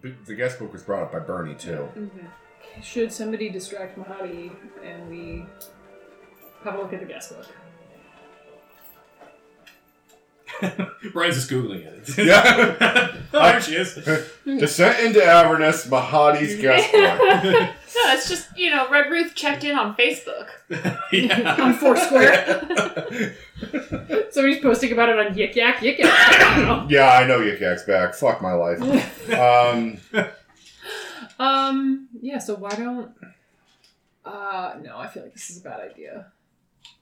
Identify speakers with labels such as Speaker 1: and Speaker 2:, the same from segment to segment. Speaker 1: B- The guest book was brought up by Bernie too.
Speaker 2: Okay. Should somebody distract Mahadi and we have a look at the guest book?
Speaker 3: Brian's just googling it.
Speaker 1: Yeah.
Speaker 3: Oh, there she is.
Speaker 1: Descent into Avernus, Mahadi's guest book.
Speaker 4: no, it's just you know, Red Ruth checked in on Facebook.
Speaker 3: Yeah.
Speaker 2: On Foursquare. Somebody's posting about it on Yik Yak Yik Yak.
Speaker 1: Yeah, I know Yik Yak's back. Fuck my life. Um,
Speaker 2: um. Yeah. So why don't? Uh. No, I feel like this is a bad idea.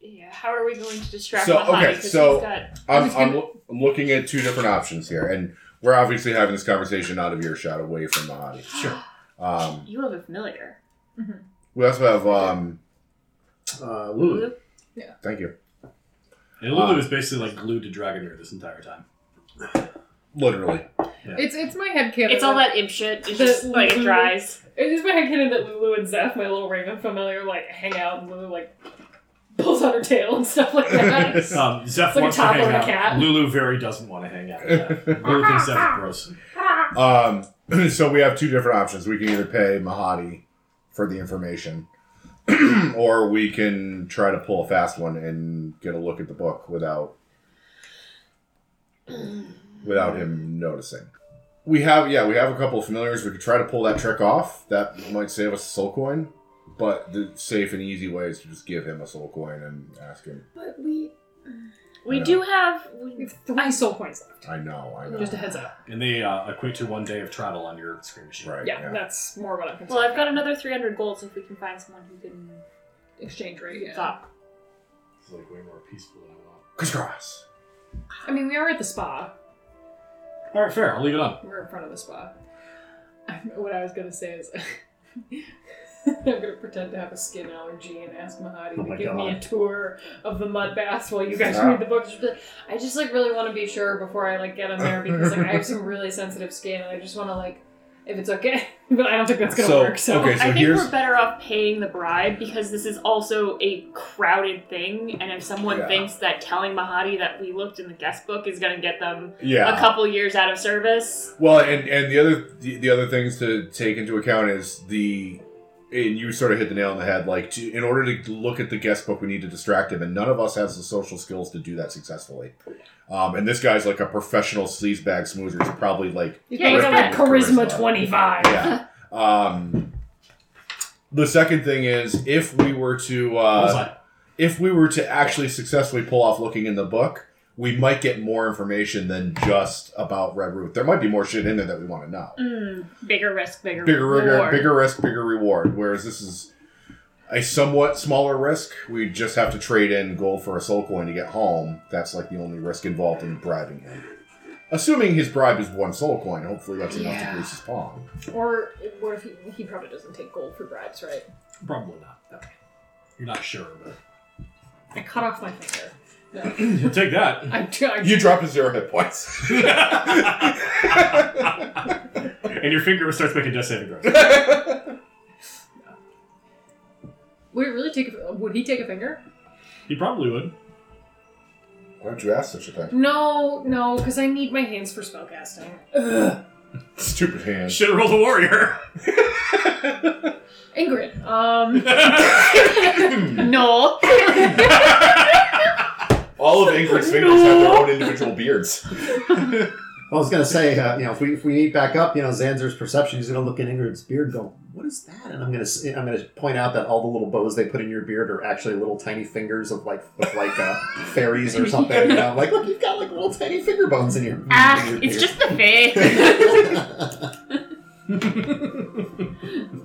Speaker 4: Yeah, how are we going to distract
Speaker 1: So,
Speaker 4: Mahadi?
Speaker 1: okay,
Speaker 4: 'Cause
Speaker 1: so-
Speaker 4: he's got
Speaker 1: I'm, I'm, lo- I'm looking at two different options here, and we're obviously having this conversation out of earshot, away from Mahadi.
Speaker 3: Sure.
Speaker 1: Um,
Speaker 4: you have a familiar.
Speaker 1: we also have um, uh, Lulu.
Speaker 4: Lulu?
Speaker 1: Thank you.
Speaker 3: And Lulu is basically like glued to Dragonir this entire time.
Speaker 1: Literally.
Speaker 2: It's it's my head canon.
Speaker 4: It's all that imp shit. It's just like it dries.
Speaker 2: It is my head canon that Lulu and Zeph, my little raven familiar, like hang out and Lulu like pulls out her tail and stuff like that.
Speaker 3: Um, Zeph
Speaker 2: It's like a
Speaker 3: wants to
Speaker 2: toddler
Speaker 3: hang
Speaker 2: and a
Speaker 3: out.
Speaker 2: cat.
Speaker 3: Lulu very doesn't want to hang out. with Zeph. Lulu thinks Zeph is gross.
Speaker 1: Um, so we have two different options. We can either pay Mahadi for the information, or we can try to pull a fast one and get a look at the book without without him noticing. We have yeah, we have a couple of familiars. We could try to pull that trick off. That might save us a soul coin. But the safe and easy way is to just give him a soul coin and ask him.
Speaker 2: But we
Speaker 4: We
Speaker 1: Yeah.
Speaker 4: do have.
Speaker 2: we
Speaker 4: We,
Speaker 2: have three soul points left.
Speaker 1: I know, I know.
Speaker 2: Just a heads up.
Speaker 3: And they uh, equate to one day of travel on your screen machine.
Speaker 1: right.
Speaker 2: Yeah,
Speaker 1: Yeah.
Speaker 2: that's more what I'm concerned.
Speaker 4: well, I've got
Speaker 2: about.
Speaker 4: another 300 golds if we can find someone who can
Speaker 2: exchange rate. Yeah.
Speaker 4: stop.
Speaker 3: It's like way more peaceful than I want.
Speaker 1: Crisscross.
Speaker 2: I mean, we are at the spa.
Speaker 3: All right, fair. I'll leave it on.
Speaker 2: We're in front of the spa. I, what I was gonna say is, I'm gonna pretend to have a skin allergy and ask Mahadi to
Speaker 3: Oh my
Speaker 2: give me a
Speaker 3: God.
Speaker 2: tour of the mud baths while you guys
Speaker 1: Yeah.
Speaker 2: read the book. Just be like, I just like really want to be sure before I like get in there because like I have some really sensitive skin and I just want to like if it's okay, but I don't think that's gonna
Speaker 1: So,
Speaker 2: work. So
Speaker 1: okay, so
Speaker 4: I think
Speaker 1: here's
Speaker 4: we're better off paying the bribe because this is also a crowded thing, and if someone
Speaker 1: Yeah.
Speaker 4: thinks that telling Mahadi that we looked in the guest book is going to get them
Speaker 1: yeah.
Speaker 4: a couple years out of service,
Speaker 1: Well, and and the other the, the other things to take into account is the and you sort of hit the nail on the head. Like to, in order to look at the guest book, we need to distract him, and none of us has the social skills to do that successfully. Um, and this guy's like a professional sleazebag smoozer. He's probably like
Speaker 2: He's
Speaker 4: Yeah,
Speaker 2: yeah,
Speaker 4: he's
Speaker 2: got
Speaker 4: got
Speaker 2: like charisma
Speaker 1: charisma.
Speaker 2: twenty five.
Speaker 1: yeah. um, the second thing is if we were to uh,
Speaker 3: Bullseye.
Speaker 1: if we were to actually successfully pull off looking in the book. We might get more information than just about Red Root. There might be more shit in there that we want to know.
Speaker 4: mm, bigger risk, bigger
Speaker 1: bigger rigor,
Speaker 4: reward.
Speaker 1: bigger risk, bigger reward. Whereas this is a somewhat smaller risk. We just have to trade in gold for a soul coin to get home. That's like the only risk involved in bribing him. Assuming his bribe is one soul coin, hopefully that's enough
Speaker 2: Yeah.
Speaker 1: to grease his palm.
Speaker 2: Or what if he, he probably doesn't take gold for bribes, right?
Speaker 3: Probably not. Okay. You're not sure, but
Speaker 2: I cut off my finger. No,
Speaker 3: you'll take that.
Speaker 2: I, I,
Speaker 1: You drop to zero hit points.
Speaker 3: and your finger starts making death saving throws.
Speaker 2: would it really take? A, would he take a finger?
Speaker 3: You probably would.
Speaker 1: Why don't you ask such a thing?
Speaker 2: No, no, because I need my hands for spellcasting. Ugh.
Speaker 1: Stupid hand.
Speaker 3: Should have rolled a warrior.
Speaker 2: Ingrid, um,
Speaker 4: No,
Speaker 1: All of Ingrid's fingers have their own individual beards.
Speaker 5: I was gonna say, uh, you know, if we if we meet back up, you know, Zanzer's perception, he's gonna look in Ingrid's beard, and go, "What is that?" And I'm gonna s- I'm gonna point out that all the little bows they put in your beard are actually little tiny fingers of like of like uh, fairies or something. You know, like look, you've got like little tiny finger bones in your. in
Speaker 4: ah,
Speaker 5: your
Speaker 4: it's
Speaker 5: beard."
Speaker 4: just the face.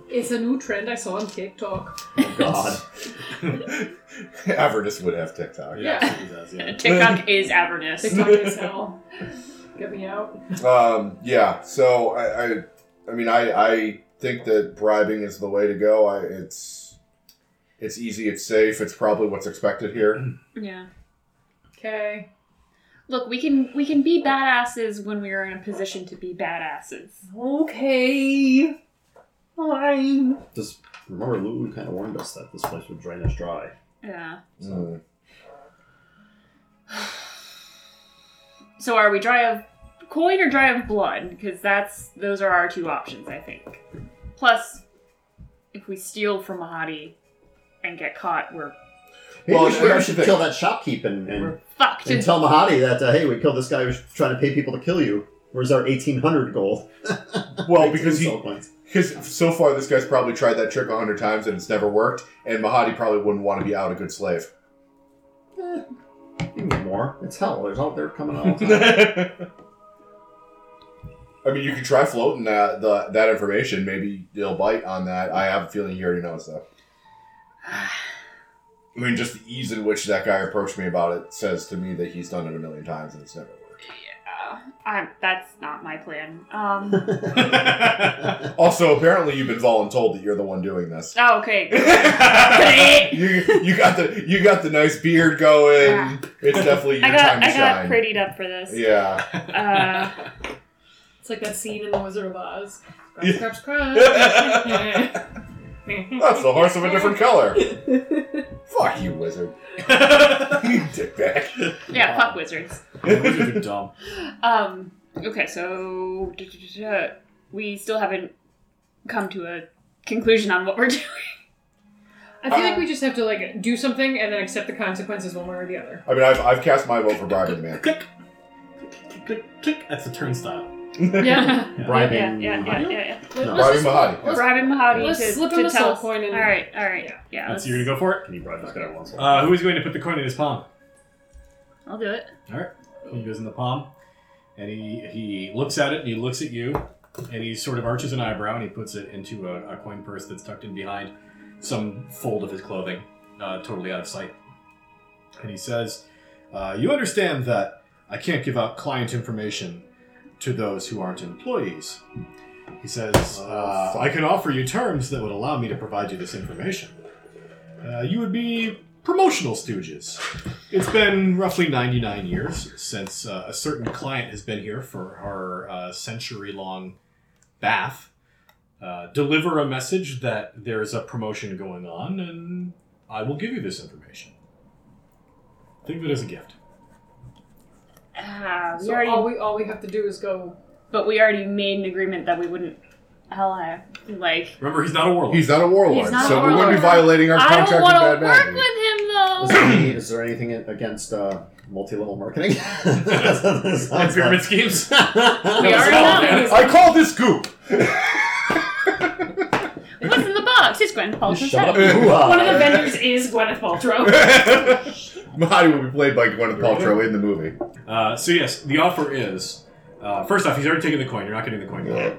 Speaker 2: it's a new trend I saw on TikTok.
Speaker 5: God.
Speaker 1: Avernus would have TikTok.
Speaker 2: Yeah.
Speaker 3: absolutely does. Yeah.
Speaker 4: TikTok is Avernus.
Speaker 2: TikTok is hell. Get me out.
Speaker 1: Um, yeah. So I, I, I mean, I, I think that bribing is the way to go. I, it's, it's easy. It's safe. It's probably what's expected here.
Speaker 4: Yeah.
Speaker 2: Okay.
Speaker 4: Look, we can we can be badasses when we are in a position to be badasses.
Speaker 2: Okay. Fine.
Speaker 5: Just remember, Lulu kind of warned us that this place would drain us dry.
Speaker 4: Yeah.
Speaker 1: Mm.
Speaker 4: So are we dry of coin or dry of blood, because that's those are our two options, I think. Plus, if we steal from Mahadi and get caught, we're
Speaker 5: Maybe
Speaker 1: Well,
Speaker 5: we should, we
Speaker 1: here's
Speaker 5: should
Speaker 1: the thing.
Speaker 5: kill that shopkeep and, and,
Speaker 4: fucked.
Speaker 5: and tell Mahadi that, uh, hey, we killed this guy who's trying to pay people to kill you. Where's our 1800 goal?
Speaker 1: Well, because he,
Speaker 5: Insult points.
Speaker 1: because so far this guy's probably tried that trick a hundred times and it's never worked. And Mahadi probably wouldn't want to be out a good slave.
Speaker 5: Eh, you need more. It's hell. There's all, they're coming all the time.
Speaker 1: I mean, you can try floating that the, that information. Maybe they'll bite on that. I have a feeling he already knows though. I mean, just the ease in which that guy approached me about it says to me that he's done it a million times and it's never worked.
Speaker 4: Uh, I'm, that's not my plan. Um,
Speaker 1: Also, apparently, you've been voluntold that you're the one doing this.
Speaker 4: oh, okay.
Speaker 1: you you got the you got the nice beard going.
Speaker 4: Yeah.
Speaker 1: It's definitely your
Speaker 4: I got
Speaker 1: time to
Speaker 4: I got
Speaker 1: shine.
Speaker 4: prettied up for this.
Speaker 1: Yeah.
Speaker 4: Uh,
Speaker 2: It's like that scene in The Wizard of Oz.
Speaker 1: Yeah.
Speaker 2: Scratch, scratch, scratch.
Speaker 1: That's the horse of a different color. Fuck you, wizard. You dickbag.
Speaker 4: yeah,
Speaker 5: Wow.
Speaker 4: fuck wizards.
Speaker 3: Wizards are dumb.
Speaker 4: Um, okay, so duh, duh, duh, duh. we still haven't come to a conclusion on what we're doing.
Speaker 2: I feel like we just have to like do something and then accept the consequences one way or the other.
Speaker 1: I mean, I've, I've cast my vote for bribing the man.
Speaker 3: Click. Click, click, click. That's the turnstile.
Speaker 2: Yeah.
Speaker 4: yeah,
Speaker 5: Bribing.
Speaker 4: yeah, yeah, yeah, yeah.
Speaker 5: No.
Speaker 2: Let's
Speaker 1: Bribing
Speaker 2: just-
Speaker 1: Mahadi.
Speaker 2: let's-
Speaker 4: Bribing Mahadi
Speaker 2: Let's
Speaker 4: to,
Speaker 2: slip
Speaker 4: to
Speaker 2: him a
Speaker 4: tell
Speaker 2: soul
Speaker 4: us.
Speaker 2: coin and-
Speaker 4: all right, all right, yeah.
Speaker 2: Yeah.
Speaker 3: That's
Speaker 4: let's-
Speaker 3: you're gonna go for it.
Speaker 5: Can you bribe this guy at once?
Speaker 3: Uh, who is going to put the coin in his palm?
Speaker 4: I'll do it.
Speaker 3: All right. He goes in the palm, and he he looks at it, and he looks at you, and he sort of arches an eyebrow, and he puts it into a, a coin purse that's tucked in behind some fold of his clothing, uh, totally out of sight. And he says, uh, "You understand that I can't give out client information to those who aren't employees." He says, uh, "I can offer you terms that would allow me to provide you this information. Uh, you would be promotional stooges." It's been roughly 99 years since uh, a certain client has been here for our uh, century long bath. Uh, deliver a message that there's a promotion going on, and I will give you this information. Think of it as a gift.
Speaker 4: Ah, we
Speaker 2: So
Speaker 4: already,
Speaker 2: all we all we have to do is go.
Speaker 4: but we already made an agreement that we wouldn't. Hell, I like.
Speaker 3: Remember, he's not a warlord.
Speaker 1: He's not a warlord,
Speaker 4: He's not a
Speaker 1: so we wouldn't be
Speaker 4: warlord.
Speaker 1: violating our
Speaker 4: I
Speaker 1: contract
Speaker 4: don't
Speaker 1: with
Speaker 4: want
Speaker 1: Bad
Speaker 4: to work
Speaker 1: Magic.
Speaker 5: Is
Speaker 4: with him
Speaker 5: there, any, is there anything against uh, multi-level marketing? Sounds
Speaker 3: and
Speaker 5: like-
Speaker 3: pyramid schemes.
Speaker 4: though. we
Speaker 3: That was
Speaker 4: already
Speaker 3: all
Speaker 4: know.
Speaker 3: that
Speaker 1: I call this goop.
Speaker 4: What's in the box? It's Gwen
Speaker 5: You
Speaker 4: Paltrow's
Speaker 5: Shut up. uh,
Speaker 4: head.
Speaker 5: and hoo-ha.
Speaker 2: One of the vendors is Gwyneth Paltrow.
Speaker 1: Mahadi will be played by Gwyneth Paltrow in the movie.
Speaker 3: Uh, so yes, the offer is uh, first off, he's already taken the coin. You're not getting the coin.
Speaker 1: Yeah.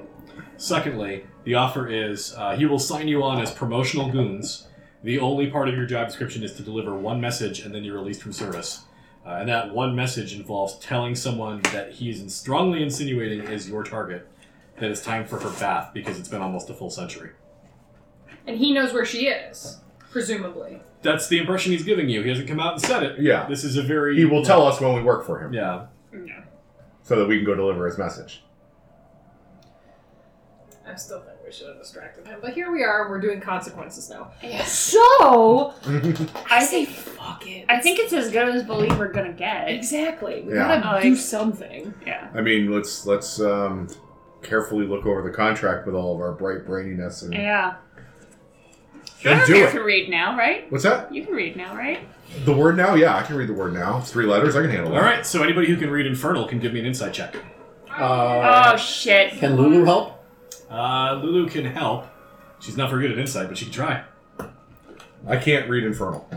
Speaker 3: Secondly, the offer is uh, he will sign you on as promotional goons. The only part of your job description is to deliver one message, and then you're released from service. Uh, and that one message involves telling someone that he is strongly insinuating is your target that it's time for her bath because it's been almost a full century.
Speaker 2: And he knows where she is, presumably.
Speaker 3: That's the impression he's giving you. He hasn't come out and said it.
Speaker 1: Yeah.
Speaker 3: This is a very
Speaker 1: He will tell us when we work for him
Speaker 3: Yeah.
Speaker 1: so that we can go deliver his message.
Speaker 2: I still think we should have distracted him, but here we are. We're doing consequences now.
Speaker 4: So
Speaker 2: I say fuck it.
Speaker 4: I think it's as good as believe we're gonna get.
Speaker 2: exactly. We
Speaker 1: Yeah.
Speaker 2: gotta
Speaker 4: Like-
Speaker 2: do something.
Speaker 4: Yeah.
Speaker 1: I mean, let's let's um, carefully look over the contract with all of our bright braininess and,
Speaker 4: Yeah.
Speaker 1: and
Speaker 4: you
Speaker 1: do it.
Speaker 4: can read now, right?
Speaker 1: What's that?
Speaker 4: You can read now, right?
Speaker 1: The word now? Yeah, I can read the word now. It's Three letters, I can handle
Speaker 3: All
Speaker 1: it.
Speaker 3: right. So anybody who can read Infernal can give me an insight check.
Speaker 5: Uh,
Speaker 4: oh shit.
Speaker 5: Can Lulu help?
Speaker 3: Uh, Lulu can help. She's not very good at insight, but she can try.
Speaker 1: I can't read infernal.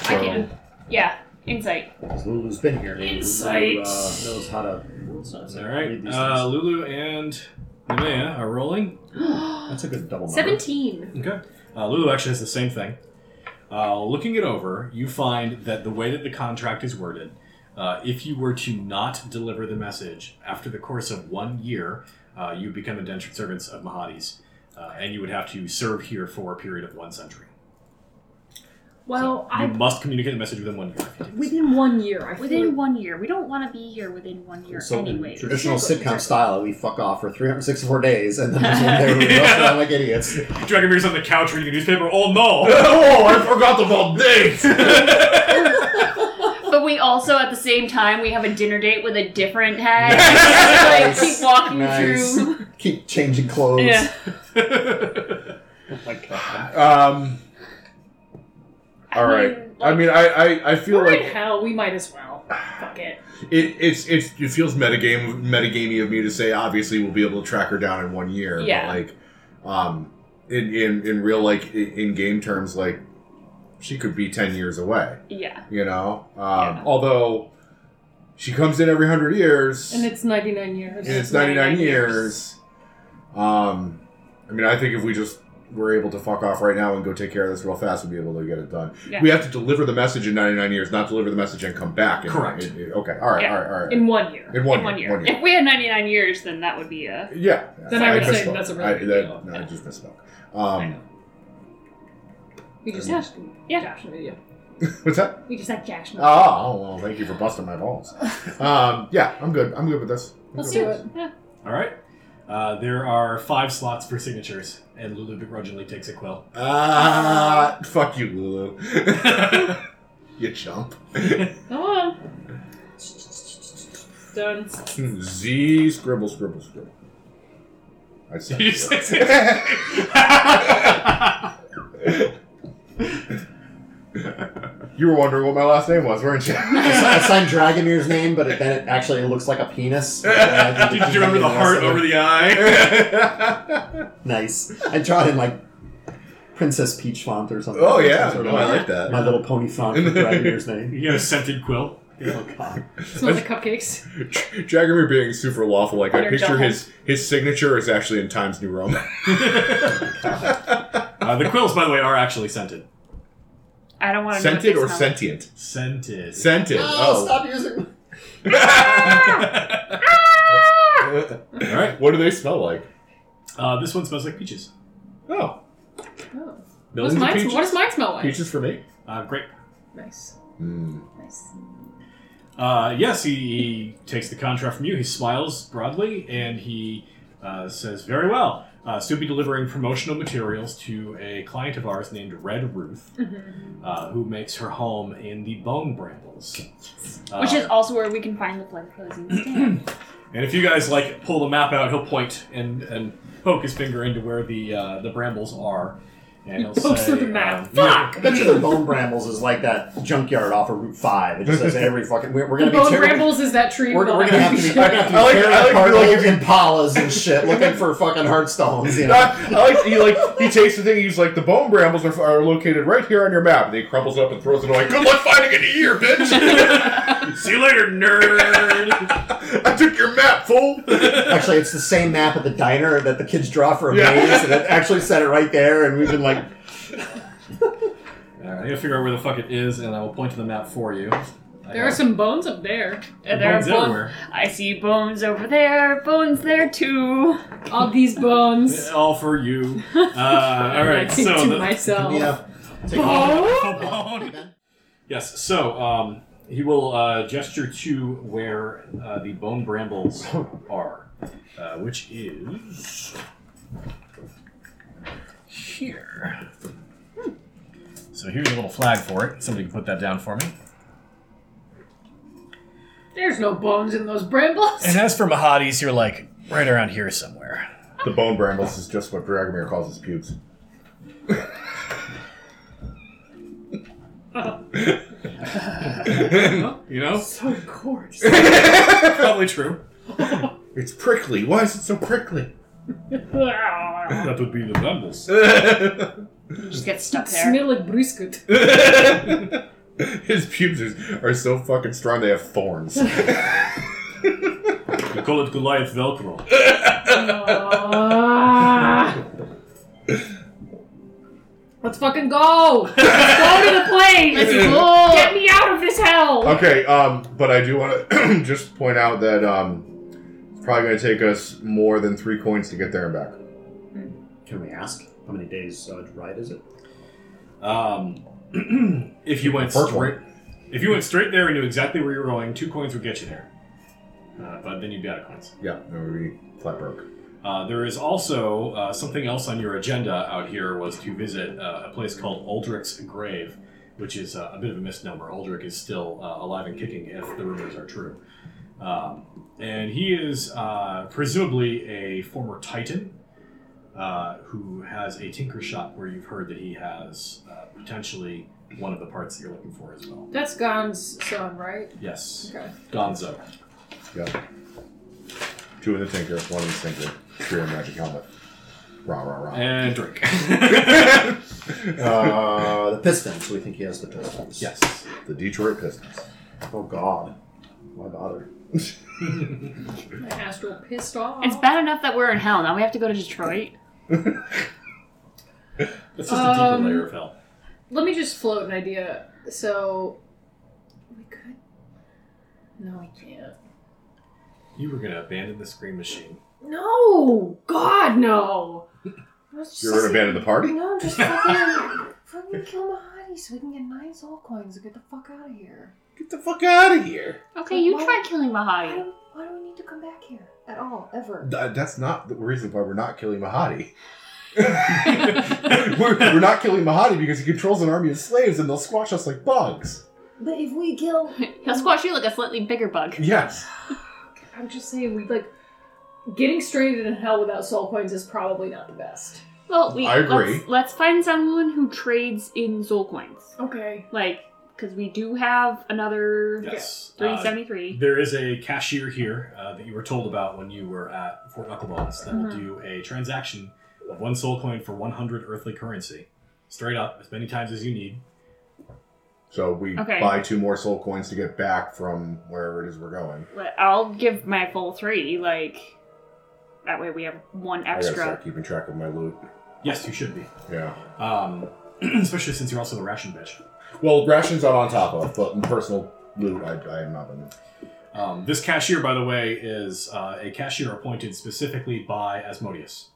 Speaker 4: I can. Yeah. Insight.
Speaker 5: 'Cause Lulu's been here. Lulu,
Speaker 2: Insight.
Speaker 5: uh, knows how to.
Speaker 3: All right.
Speaker 5: Read these
Speaker 3: Uh,
Speaker 5: things.
Speaker 3: Lulu and Nemea are rolling.
Speaker 5: That's a good double number.
Speaker 2: Seventeen.
Speaker 3: Okay. Uh, Lulu actually has the same thing. Uh, looking it over, you find that the way that the contract is worded, uh, if you were to not deliver the message after the course of one year, uh, you become indentured servants of Mahadi's, uh, and you would have to serve here for a period of one century.
Speaker 2: Well,
Speaker 3: You
Speaker 2: I
Speaker 3: must communicate the message within one year. if you do.
Speaker 2: within one year. I
Speaker 4: Within
Speaker 2: feel-
Speaker 4: one year. We don't want to be here within one year
Speaker 5: So in
Speaker 4: anyway.
Speaker 5: traditional
Speaker 2: Exactly.
Speaker 5: sitcom style, we fuck off for 364 days and then there's one day we rush around like idiots.
Speaker 3: Dragomir's on the couch reading the newspaper. Oh no!
Speaker 1: oh, I forgot the ball date!
Speaker 4: But we also at the same time we have a dinner date with a different hag. like, keep walking
Speaker 5: Nice.
Speaker 4: through.
Speaker 5: Keep changing clothes.
Speaker 4: Yeah.
Speaker 5: Oh my god.
Speaker 1: Um, all right. I mean, I I, I feel
Speaker 2: We're
Speaker 1: like
Speaker 2: in hell. We might as well. Fuck it.
Speaker 1: it, it's it's it feels metagame metagamey of me to say. Obviously, we'll be able to track her down in one year.
Speaker 2: Yeah.
Speaker 1: But like, um, in in in real like in, in game terms, like she could be ten years away.
Speaker 4: yeah.
Speaker 1: You know. Um,
Speaker 2: Yeah.
Speaker 1: Although she comes in every hundred years,
Speaker 2: And it's 99 years.
Speaker 1: and it's 99 years. Um, I mean, I think if we just were able to fuck off right now and go take care of this real fast, we'd be able to get it done.
Speaker 4: Yeah.
Speaker 1: We have to deliver the message in 99 years, not deliver the message and come back. And,
Speaker 3: Correct.
Speaker 1: and- and- okay. All right.
Speaker 4: Yeah.
Speaker 1: All right. All right.
Speaker 2: In one year.
Speaker 1: In one,
Speaker 4: In
Speaker 1: year, one year.
Speaker 4: If we had 99 years, then that would be a.
Speaker 1: Yeah.
Speaker 2: Then I would say
Speaker 1: misspoke.
Speaker 2: that's a really
Speaker 1: I,
Speaker 2: good
Speaker 1: that-
Speaker 2: deal.
Speaker 1: No, I just misspoke.
Speaker 2: I know.
Speaker 1: Um,
Speaker 2: We just
Speaker 1: Yeah.
Speaker 2: had
Speaker 4: Yeah.
Speaker 2: Josh in the video.
Speaker 1: what's that?
Speaker 2: We just had Josh. in the video.
Speaker 1: Oh, well, thank you for busting my balls. Um, yeah, I'm good. I'm good with this. I'm
Speaker 2: Let's
Speaker 1: good
Speaker 2: do
Speaker 1: with
Speaker 2: it.
Speaker 4: Yeah.
Speaker 3: All right. Uh, there are five slots for signatures, and Lulu begrudgingly takes a quill.
Speaker 1: this. Ah, fuck you, Lulu. you chump.
Speaker 2: Come
Speaker 4: oh,
Speaker 2: on. Done.
Speaker 1: Z scribble scribble scribble. I said
Speaker 3: You
Speaker 1: it. you were wondering what my last name was, weren't you?
Speaker 5: I si- I signed Dragomir's name, but it, then it actually looks like a penis. And I had to
Speaker 3: Did you remember the
Speaker 5: keep
Speaker 3: heart over the eye?
Speaker 5: Nice. I draw it in like Princess Peach font or something.
Speaker 1: oh yeah,
Speaker 5: Some sort of
Speaker 1: no, I like that.
Speaker 5: My Little Pony font for Dragomir's name.
Speaker 3: You got a scented quill.
Speaker 5: Oh god.
Speaker 2: Smells like cupcakes.
Speaker 1: Dragomir being super lawful, like I
Speaker 4: Under
Speaker 1: picture
Speaker 4: double.
Speaker 1: his his signature is actually in Times New Roman.
Speaker 3: Uh, the quills, by the way, are actually scented.
Speaker 4: I don't want to
Speaker 1: Scented
Speaker 4: know
Speaker 1: or
Speaker 4: if they smell.
Speaker 1: sentient?
Speaker 3: Scented.
Speaker 1: Scented. Oh.
Speaker 5: Oh, stop using.
Speaker 3: All right.
Speaker 1: Ah! what do they smell like?
Speaker 3: Uh, this one smells like peaches.
Speaker 1: Oh,
Speaker 2: Oh. What's
Speaker 1: millions of
Speaker 2: mine,
Speaker 1: peaches.
Speaker 2: what does mine smell like?
Speaker 1: Peaches for me.
Speaker 3: Uh, grape.
Speaker 2: Nice.
Speaker 1: Hmm.
Speaker 2: Nice.
Speaker 3: Uh, yes, he, he takes the contract from you. He smiles broadly and he uh, says, Very well. Uh, soon be delivering promotional materials to a client of ours named Red Ruth,
Speaker 4: Mm-hmm.
Speaker 3: uh, who makes her home in the Bone Brambles. Uh,
Speaker 4: Which is also where we can find the blood closing stand.
Speaker 3: and if you guys like pull the map out, he'll point and, and poke his finger into where the uh, the brambles are, and he'll
Speaker 2: pokes
Speaker 3: say,
Speaker 2: through the map.
Speaker 3: um,
Speaker 5: Fuck! I bet you the Bone Brambles is like that junkyard off of Route Five. It just says every fucking. We're, we're
Speaker 2: The
Speaker 5: gonna
Speaker 2: bone
Speaker 5: be ter-
Speaker 2: brambles is that tree.
Speaker 5: We're,
Speaker 2: with all
Speaker 5: we're gonna
Speaker 2: that
Speaker 5: have to be,
Speaker 2: shit.
Speaker 5: we're gonna have to be
Speaker 1: I like- I like-
Speaker 5: tearing apart
Speaker 1: I like-
Speaker 5: old impalas and shit, looking for fucking heartstones. You know,
Speaker 1: I like he like he takes the thing. He's like the bone brambles are, are located right here on your map. And he crumbles it up and throws it away. Good luck finding it in a year, bitch.
Speaker 3: See you later, nerd.
Speaker 1: I took your map, fool.
Speaker 5: actually, it's the same map at the diner that the kids draw for a
Speaker 1: Yeah.
Speaker 5: maze, and it actually said it right there. And we've been like,
Speaker 3: All right, he'll figure out where the fuck it is, and I will point to the map for you. I
Speaker 2: There are
Speaker 3: have
Speaker 2: some bones up there.
Speaker 4: And there are
Speaker 3: bones
Speaker 4: bone-
Speaker 3: everywhere.
Speaker 4: I see bones over there, bones there too.
Speaker 2: All these bones.
Speaker 3: All for you. Uh, all
Speaker 2: I
Speaker 3: right,
Speaker 2: keep
Speaker 3: so
Speaker 2: to
Speaker 3: the,
Speaker 2: myself.
Speaker 5: yeah, take
Speaker 1: Oh.
Speaker 3: Bone? yes, so um, he will uh, gesture to where uh, the bone brambles are, uh, which is here. So here's a little flag for it. Somebody can put that down for me.
Speaker 2: There's no bones in those brambles.
Speaker 3: And as for Mahadi's, you're like right around here somewhere.
Speaker 1: The bone brambles is just what Dragomir calls his pubes.
Speaker 3: You know,
Speaker 2: so gorgeous.
Speaker 3: probably true.
Speaker 1: It's prickly. Why is it so prickly?
Speaker 3: That would be the brambles.
Speaker 4: You just get stuck there.
Speaker 2: Smell like brisket.
Speaker 1: His pubes are, are so fucking strong they have thorns.
Speaker 3: We call it Goliath Velcro.
Speaker 2: Ah. Let's fucking go. Let's go to the plane. Let's go. Get me out of this hell.
Speaker 1: Okay, um, but I do want to just point out that um, it's probably going to take us more than three coins to get there and back.
Speaker 5: Can we ask how many days uh, ride is it?
Speaker 3: Um, if you went
Speaker 1: First
Speaker 3: straight, if you went straight there and knew exactly where you were going, two coins would get you there. Uh, but then you'd be out of coins.
Speaker 1: Yeah, that would be flat broke.
Speaker 3: Uh, there is also uh, something else on your agenda out here was to visit uh, a place called Aldrich's Grave, which is uh, a bit of a misnomer. Aldrich is still uh, alive and kicking, if the rumors are true. Um, and he is uh, presumably a former Titan uh, who has a Tinker Shop where you've heard that he has uh, potentially one of the parts that you're looking for as well.
Speaker 2: That's Gon's son, right?
Speaker 3: Yes,
Speaker 2: Okay.
Speaker 3: Gonzo.
Speaker 1: Yeah. Two in the tinker, one in the sinker, three in magic helmet. Rah rah rah.
Speaker 3: And drink.
Speaker 5: Uh, the Pistons. We think he has the Pistons.
Speaker 3: yes.
Speaker 1: the Detroit Pistons.
Speaker 5: Oh God. Why bother?
Speaker 2: My astral pissed off.
Speaker 4: It's bad enough that we're in hell. Now we have to go to Detroit.
Speaker 3: It's just a
Speaker 2: Um,
Speaker 3: deeper layer of hell.
Speaker 2: Let me just float an idea. So we could. No, I can't.
Speaker 3: You were going to abandon the scream machine.
Speaker 2: No, God, no. Let's
Speaker 1: You're
Speaker 2: just-
Speaker 1: gonna abandon the party?
Speaker 2: No, just fucking, fucking kill Mahati so we can get nine soul coins and get the fuck out of here.
Speaker 1: Get the fuck out of here.
Speaker 4: Okay, you
Speaker 2: Why-
Speaker 4: try killing
Speaker 2: Why
Speaker 4: Mahadi.
Speaker 2: do, why do we need to come back here at all, ever?
Speaker 1: Th- that's not the reason why we're not killing Mahadi. we're, we're not killing Mahadi because he controls an army of slaves and they'll squash us like bugs.
Speaker 2: But if we kill,
Speaker 4: He'll squash you like a slightly bigger bug.
Speaker 1: Yes.
Speaker 2: I'm just saying we like getting stranded in hell without soul coins is probably not the best.
Speaker 4: Well, we,
Speaker 1: I agree.
Speaker 4: Let's, let's find someone who trades in soul coins.
Speaker 2: Okay.
Speaker 4: Like, because we do have another
Speaker 3: Yes. Uh,
Speaker 4: 373.
Speaker 3: There is a cashier here uh, that you were told about when you were at Fort Knucklebones that
Speaker 2: Mhm.
Speaker 3: will do a transaction of one soul coin for 100 earthly currency. Straight up, as many times as you need.
Speaker 1: So we
Speaker 4: Okay.
Speaker 1: buy two more soul coins to get back from wherever it is we're going.
Speaker 4: But I'll give my full three. Like, that way we have one
Speaker 1: I gotta
Speaker 4: extra.
Speaker 1: start keeping track of my loot.
Speaker 3: Yes, you should be.
Speaker 1: Yeah.
Speaker 3: Um, especially since you're also the ration bitch.
Speaker 1: Well, rations I'm on top of, but in personal loot, I, I am not. In.
Speaker 3: Um, this cashier, by the way, is uh, a cashier appointed specifically by Asmodeus.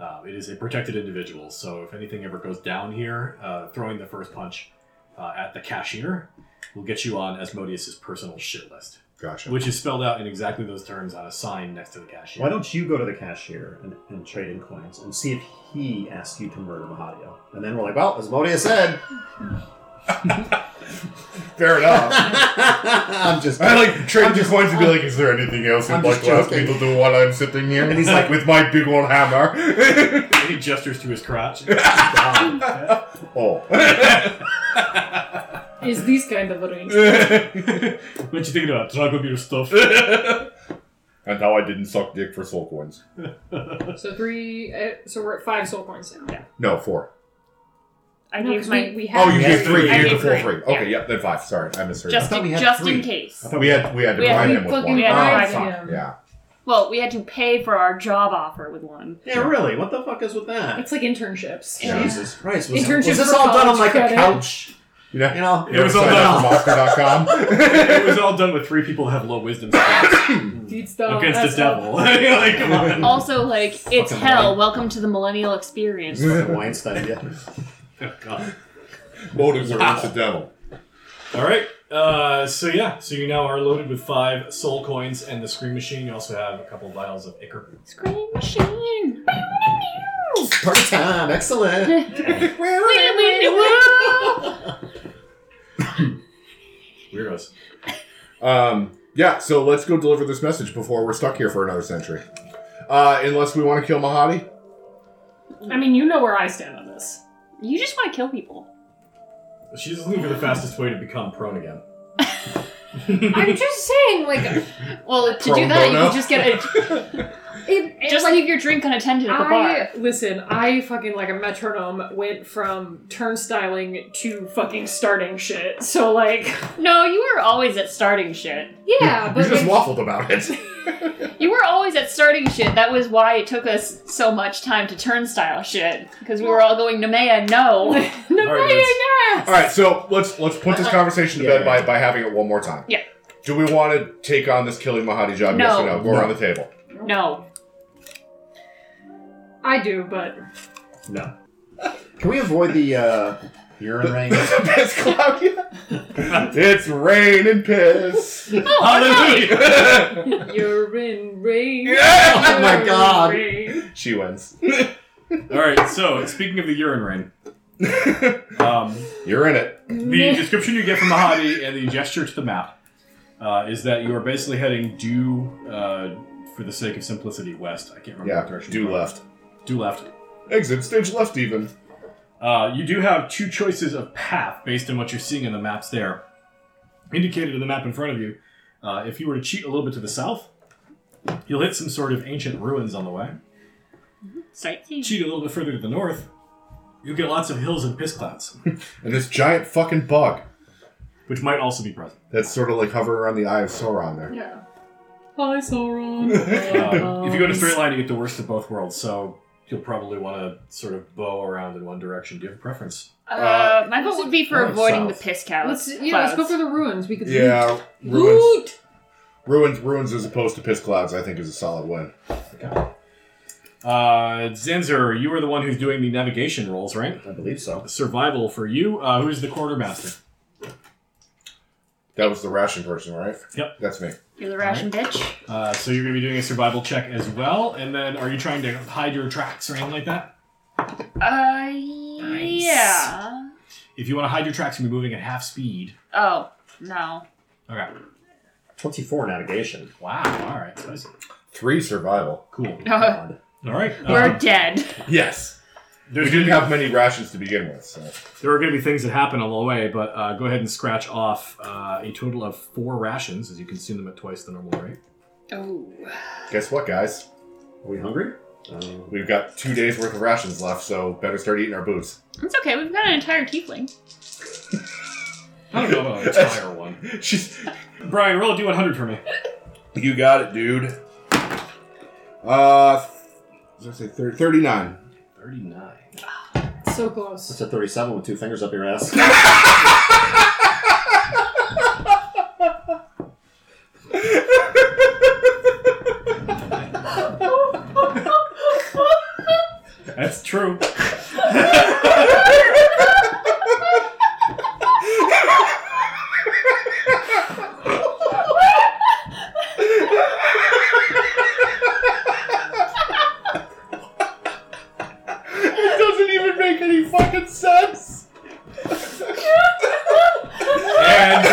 Speaker 3: Uh, it is a protected individual, so if anything ever goes down here, uh, throwing the first punch uh, at the cashier will get you on Asmodeus's personal shit list,
Speaker 1: Gotcha.
Speaker 3: which is spelled out in exactly those terms on a sign next to the cashier.
Speaker 5: Why don't you go to the cashier and, and trade in coins and see if he asks you to murder Mahadio? And then we're like, well, as Modia said.
Speaker 1: Fair enough.
Speaker 5: I'm just.
Speaker 1: I like trade
Speaker 5: I'm
Speaker 1: the
Speaker 5: just-
Speaker 1: coins and be like, is there anything else you'd
Speaker 5: I'm
Speaker 1: like
Speaker 5: just
Speaker 1: to ask
Speaker 5: joking.
Speaker 1: people do while I'm sitting here?
Speaker 5: And he's like-
Speaker 1: with my big old hammer.
Speaker 3: he gestures to his crotch.
Speaker 5: God.
Speaker 1: oh.
Speaker 2: Is these kind of arrangements?
Speaker 3: what you thinking about? Drug your stuff.
Speaker 1: and how I didn't suck dick for soul coins.
Speaker 2: so three. Uh, so we're at five soul coins now.
Speaker 1: No, four.
Speaker 4: I
Speaker 2: No,
Speaker 4: gave
Speaker 2: 'cause
Speaker 4: my.
Speaker 2: we, we have
Speaker 1: Oh, you
Speaker 5: Yes,
Speaker 1: gave three. You
Speaker 4: I
Speaker 1: gave the
Speaker 4: gave
Speaker 1: full three.
Speaker 4: three.
Speaker 1: Okay, yep, then five. Sorry, I misheard.
Speaker 4: just
Speaker 5: I thought we had
Speaker 4: just
Speaker 5: three.
Speaker 4: in case.
Speaker 5: I
Speaker 1: that.
Speaker 5: thought
Speaker 1: we had we had to
Speaker 4: We had-
Speaker 1: blind
Speaker 2: we
Speaker 1: him with
Speaker 2: fucking
Speaker 1: one.
Speaker 4: had to
Speaker 1: Oh,
Speaker 4: blind
Speaker 1: fuck,
Speaker 2: him.
Speaker 1: Yeah.
Speaker 4: Well, we had to pay for our job offer with one.
Speaker 5: Yeah, really. What the fuck is with that?
Speaker 2: It's like internships.
Speaker 1: Yeah.
Speaker 5: Jesus Christ! Was,
Speaker 2: Internship
Speaker 5: was this
Speaker 2: for
Speaker 5: all done on
Speaker 2: college
Speaker 5: like
Speaker 2: credit.
Speaker 5: a couch?
Speaker 1: You know,
Speaker 5: You know,
Speaker 1: you ever
Speaker 3: was all
Speaker 1: sign up
Speaker 5: done.
Speaker 1: for Monster.com?
Speaker 3: it was all done with three people who have low wisdom scores
Speaker 2: Deeds done,
Speaker 3: against the
Speaker 2: Oh, that's all.
Speaker 3: devil. like, come on.
Speaker 4: Also, like, it's
Speaker 5: fucking
Speaker 4: hell.
Speaker 5: right.
Speaker 4: Welcome to the millennial experience.
Speaker 5: Fucking Weinstein. Yeah.
Speaker 3: Oh, God.
Speaker 1: Motives are
Speaker 3: Ow.
Speaker 1: incidental.
Speaker 3: All right. Uh, so yeah, so you now are loaded with five soul coins and the screen machine. You also have a couple vials of ichor.
Speaker 4: Scream machine.
Speaker 5: Party time! Excellent.
Speaker 3: Weirdos.
Speaker 1: Um, yeah, so let's go deliver this message before we're stuck here for another century. Uh, unless we want to kill Mahadi.
Speaker 2: I mean, you know where I stand on this.
Speaker 4: You just want to kill people.
Speaker 3: She's looking for the fastest way to become prone again.
Speaker 2: I'm just saying, like,
Speaker 4: Well, to
Speaker 1: Pro
Speaker 4: do that, you
Speaker 1: bono.
Speaker 4: could just get a
Speaker 2: it, it,
Speaker 4: just
Speaker 2: like,
Speaker 4: leave your drink unattended at the
Speaker 2: I
Speaker 4: bar.
Speaker 2: listen. I fucking like a metronome went from turnstiling to fucking starting shit. So like,
Speaker 4: No, you were always at starting shit.
Speaker 2: yeah,
Speaker 1: We
Speaker 2: but
Speaker 1: just
Speaker 2: like,
Speaker 1: waffled about it.
Speaker 4: You were always at starting shit. That was why it took us so much time to turnstile shit because we were all going Nemea
Speaker 2: no
Speaker 4: no.
Speaker 3: All right,
Speaker 2: way,
Speaker 3: let's-
Speaker 2: yes!
Speaker 1: All right, so let's let's put this conversation to
Speaker 5: Yeah,
Speaker 1: bed
Speaker 5: yeah.
Speaker 1: by, by having it one more time.
Speaker 4: Yeah.
Speaker 1: Do we want to take on this killing Mahadi job?
Speaker 4: No.
Speaker 1: Yes or no? Go
Speaker 5: No.
Speaker 1: around the table.
Speaker 4: No.
Speaker 2: I do, but
Speaker 5: No. Can we avoid the uh, urine rain?
Speaker 1: piss, Claudia. it's rain and piss.
Speaker 3: Hallelujah!
Speaker 2: you're in rain.
Speaker 1: Yeah!
Speaker 5: Oh my
Speaker 2: You're in
Speaker 5: God.
Speaker 2: rain.
Speaker 1: she wins.
Speaker 3: All right. So speaking of the urine rain, um,
Speaker 1: You're in it.
Speaker 3: the description you get from Mahadi and the gesture to the map uh, is that you are basically heading due, uh, for the sake of simplicity, west. I can't remember what
Speaker 1: Yeah,
Speaker 3: direction.
Speaker 1: do
Speaker 3: you're going.
Speaker 1: left.
Speaker 3: Due left.
Speaker 1: Exit stage left, even.
Speaker 3: Uh, you do have two choices of path based on what you're seeing in the maps there. Indicated in the map in front of you, uh, if you were to cheat a little bit to the south, you'll hit some sort of ancient ruins on the way.
Speaker 4: Sightseeing.
Speaker 3: Cheat a little bit further to the north, you'll get lots of hills and piss clouds,
Speaker 1: And this giant fucking bug
Speaker 3: which might also be present.
Speaker 1: that's sort of like hovering around the Eye of Sauron there.
Speaker 2: Yeah. Hi, Sauron. Um,
Speaker 3: Uh, if you go in a straight line, you get the worst of both worlds, so you'll probably want to sort of bow around in one direction. Do you have a preference?
Speaker 4: Uh, my vote would be for
Speaker 3: north,
Speaker 4: avoiding
Speaker 3: south.
Speaker 4: the piss cows.
Speaker 2: Let's yeah, let's go for the ruins. We could
Speaker 1: Yeah,
Speaker 2: loot.
Speaker 1: ruins,
Speaker 2: Loot!
Speaker 1: ruins, ruins as opposed to piss clouds. I think is a solid win.
Speaker 3: Uh, Zanzer, you are the one who's doing the navigation rolls, right?
Speaker 5: I believe so.
Speaker 3: Survival for you. Uh, who's the quartermaster?
Speaker 1: That was the ration person, right?
Speaker 3: Yep.
Speaker 1: That's me.
Speaker 4: You're the ration bitch.
Speaker 3: Uh, so you're going to be doing a survival check as well, and then are you trying to hide your tracks or anything like that?
Speaker 4: Uh, yeah.
Speaker 3: If you want to hide your tracks, you'll be moving at half speed.
Speaker 4: Oh no.
Speaker 3: Okay.
Speaker 5: Twenty-four navigation.
Speaker 3: Wow. All right. Spicy.
Speaker 1: Three survival.
Speaker 3: Cool.
Speaker 5: God.
Speaker 3: All right.
Speaker 4: Uh, We're
Speaker 3: Uh,
Speaker 4: dead.
Speaker 1: Yes.
Speaker 3: there's
Speaker 1: We didn't
Speaker 3: gonna
Speaker 1: have many rations to begin with. So.
Speaker 3: be- there are going to be things that happen along the way, but uh, go ahead and scratch off uh, a total of four rations as you consume them at twice the normal rate.
Speaker 4: Oh.
Speaker 1: Guess what, guys?
Speaker 5: Are we hungry? Um,
Speaker 1: We've got two days worth of rations left, so better start eating our boots.
Speaker 4: It's okay. We've got an entire tiefling.
Speaker 3: I don't know about an entire one.
Speaker 1: She's,
Speaker 3: Brian, roll a d100 for me.
Speaker 1: you got it, dude. Uh, th- did I say thir- thirty-nine?
Speaker 3: 39.
Speaker 2: So
Speaker 5: that's
Speaker 2: close.
Speaker 5: a thirty-seven with two fingers up your ass.
Speaker 3: That's true.
Speaker 1: It doesn't even make any fucking sense.
Speaker 3: And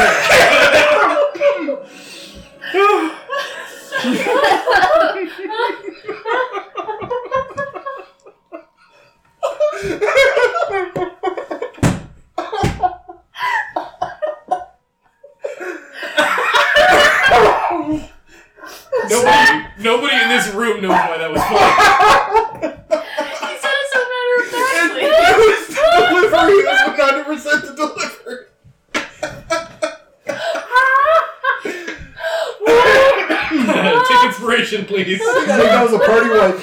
Speaker 3: nobody, nobody in this room knows why that was funny.
Speaker 4: He said it so
Speaker 1: It, it was the delivery. It was hundred percent the delivery.
Speaker 3: Take inspiration, please.
Speaker 5: that was a party wipe.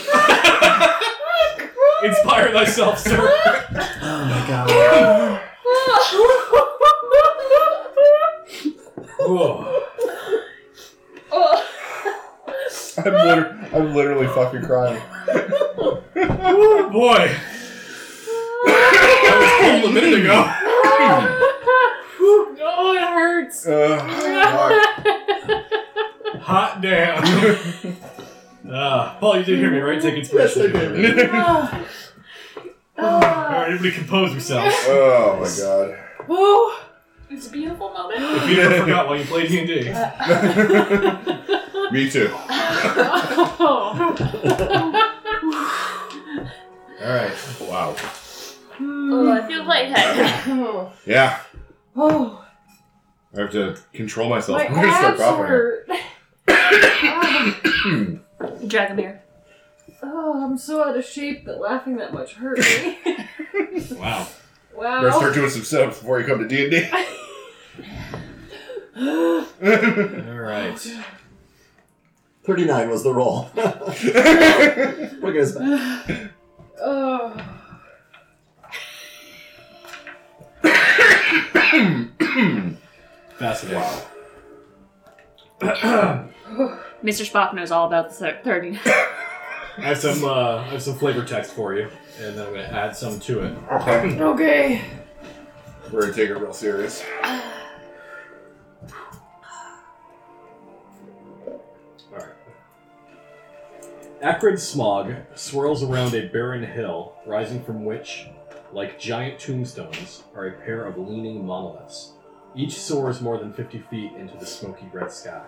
Speaker 3: Inspire thyself, sir.
Speaker 5: Oh my god.
Speaker 3: Whoa.
Speaker 1: I'm, liter- I'm literally fucking crying.
Speaker 3: Oh boy. I was cold a minute ago.
Speaker 2: Oh, it hurts.
Speaker 1: Uh,
Speaker 3: Hot damn. Uh, Paul, you did hear me, right? Take inspiration.
Speaker 5: Yes, I did.
Speaker 2: Ah.
Speaker 3: All
Speaker 2: Ah.
Speaker 3: right, everybody compose yourselves.
Speaker 1: oh my god.
Speaker 2: Oh, it's a beautiful moment.
Speaker 3: If you never forgot while you played D&D.
Speaker 1: Me too.
Speaker 2: Oh.
Speaker 1: All right. Wow.
Speaker 4: Oh, I feel lightheaded.
Speaker 2: Oh.
Speaker 1: Yeah.
Speaker 2: Oh.
Speaker 1: I have to control myself.
Speaker 2: My
Speaker 1: I'm gonna start
Speaker 2: abs
Speaker 1: coughing.
Speaker 2: hurt. Ah.
Speaker 4: Dragomir.
Speaker 2: Oh, I'm so out of shape that laughing that much hurt me.
Speaker 3: Wow.
Speaker 2: wow.
Speaker 1: Better start doing some setups before you come to D and D.
Speaker 3: All right.
Speaker 5: Thirty-nine was the roll. Look at his back.
Speaker 2: oh.
Speaker 3: Fascinating.
Speaker 4: Mr. Spock knows all about the thir- 39.
Speaker 3: I have some uh, I have some flavor text for you, and then I'm gonna add some to it.
Speaker 1: Okay.
Speaker 2: Okay.
Speaker 1: We're gonna take it real serious.
Speaker 3: Alright. Acrid smog swirls around a barren hill, rising from which like giant tombstones, are a pair of leaning monoliths. Each soars more than 50 feet into the smoky red sky.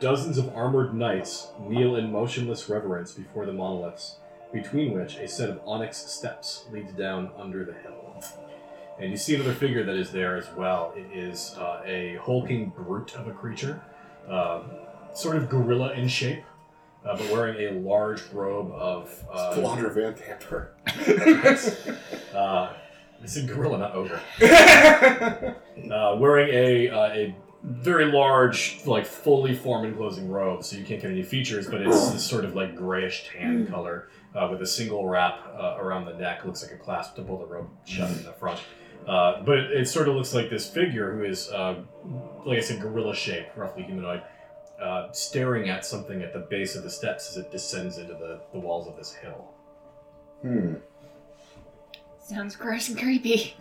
Speaker 3: Dozens of armored knights kneel in motionless reverence before the monoliths, between which a set of onyx steps leads down under the hill. And you see another figure that is there as well. It is uh, a hulking brute of a creature, um, sort of gorilla in shape, uh, but wearing a large robe of
Speaker 1: It's
Speaker 3: uh,
Speaker 1: Flounder Van Camper.
Speaker 3: uh, it's a gorilla, not ogre. Uh, wearing a uh, a very large, like fully form enclosing robe, so you can't get any features, but it's this sort of like grayish tan color uh, with a single wrap uh, around the neck. Looks like a clasp to pull the robe shut in the front. Uh, but it, it sort of looks like this figure who is, uh, like I said, gorilla shape, roughly humanoid, uh, staring at something at the base of the steps as it descends into the, the walls of this hill.
Speaker 1: hmm.
Speaker 4: Sounds gross and creepy.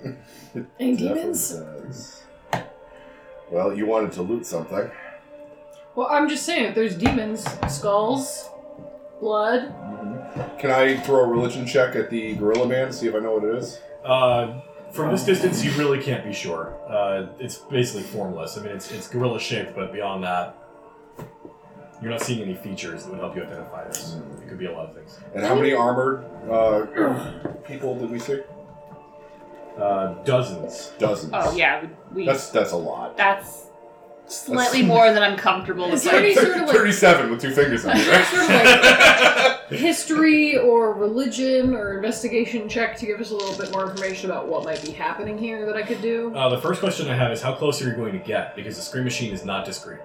Speaker 2: And demons?
Speaker 1: Definitely does. Well, you wanted to loot something.
Speaker 2: Well, I'm just saying, if there's demons, skulls, blood.
Speaker 1: Can I throw a religion check at the gorilla man to see if I know what it is?
Speaker 3: Uh, from this distance, you really can't be sure. Uh, it's basically formless. I mean, it's it's gorilla shaped, but beyond that, you're not seeing any features that would help you identify this. It could be a lot of things.
Speaker 1: And how many armored uh, people did we see?
Speaker 3: Uh, dozens.
Speaker 1: Dozens.
Speaker 4: Oh yeah, we.
Speaker 1: That's that's a lot.
Speaker 4: that's slightly more than I'm comfortable
Speaker 2: Is
Speaker 4: with.
Speaker 2: there any
Speaker 4: Like,
Speaker 2: sort of like
Speaker 1: Thirty-seven with two fingers on it.
Speaker 2: sort of like history or religion or investigation check to give us a little bit more information about what might be happening here that I could do?
Speaker 3: Uh, the first question I have is how close are you going to get? Because the screen machine is not discrete.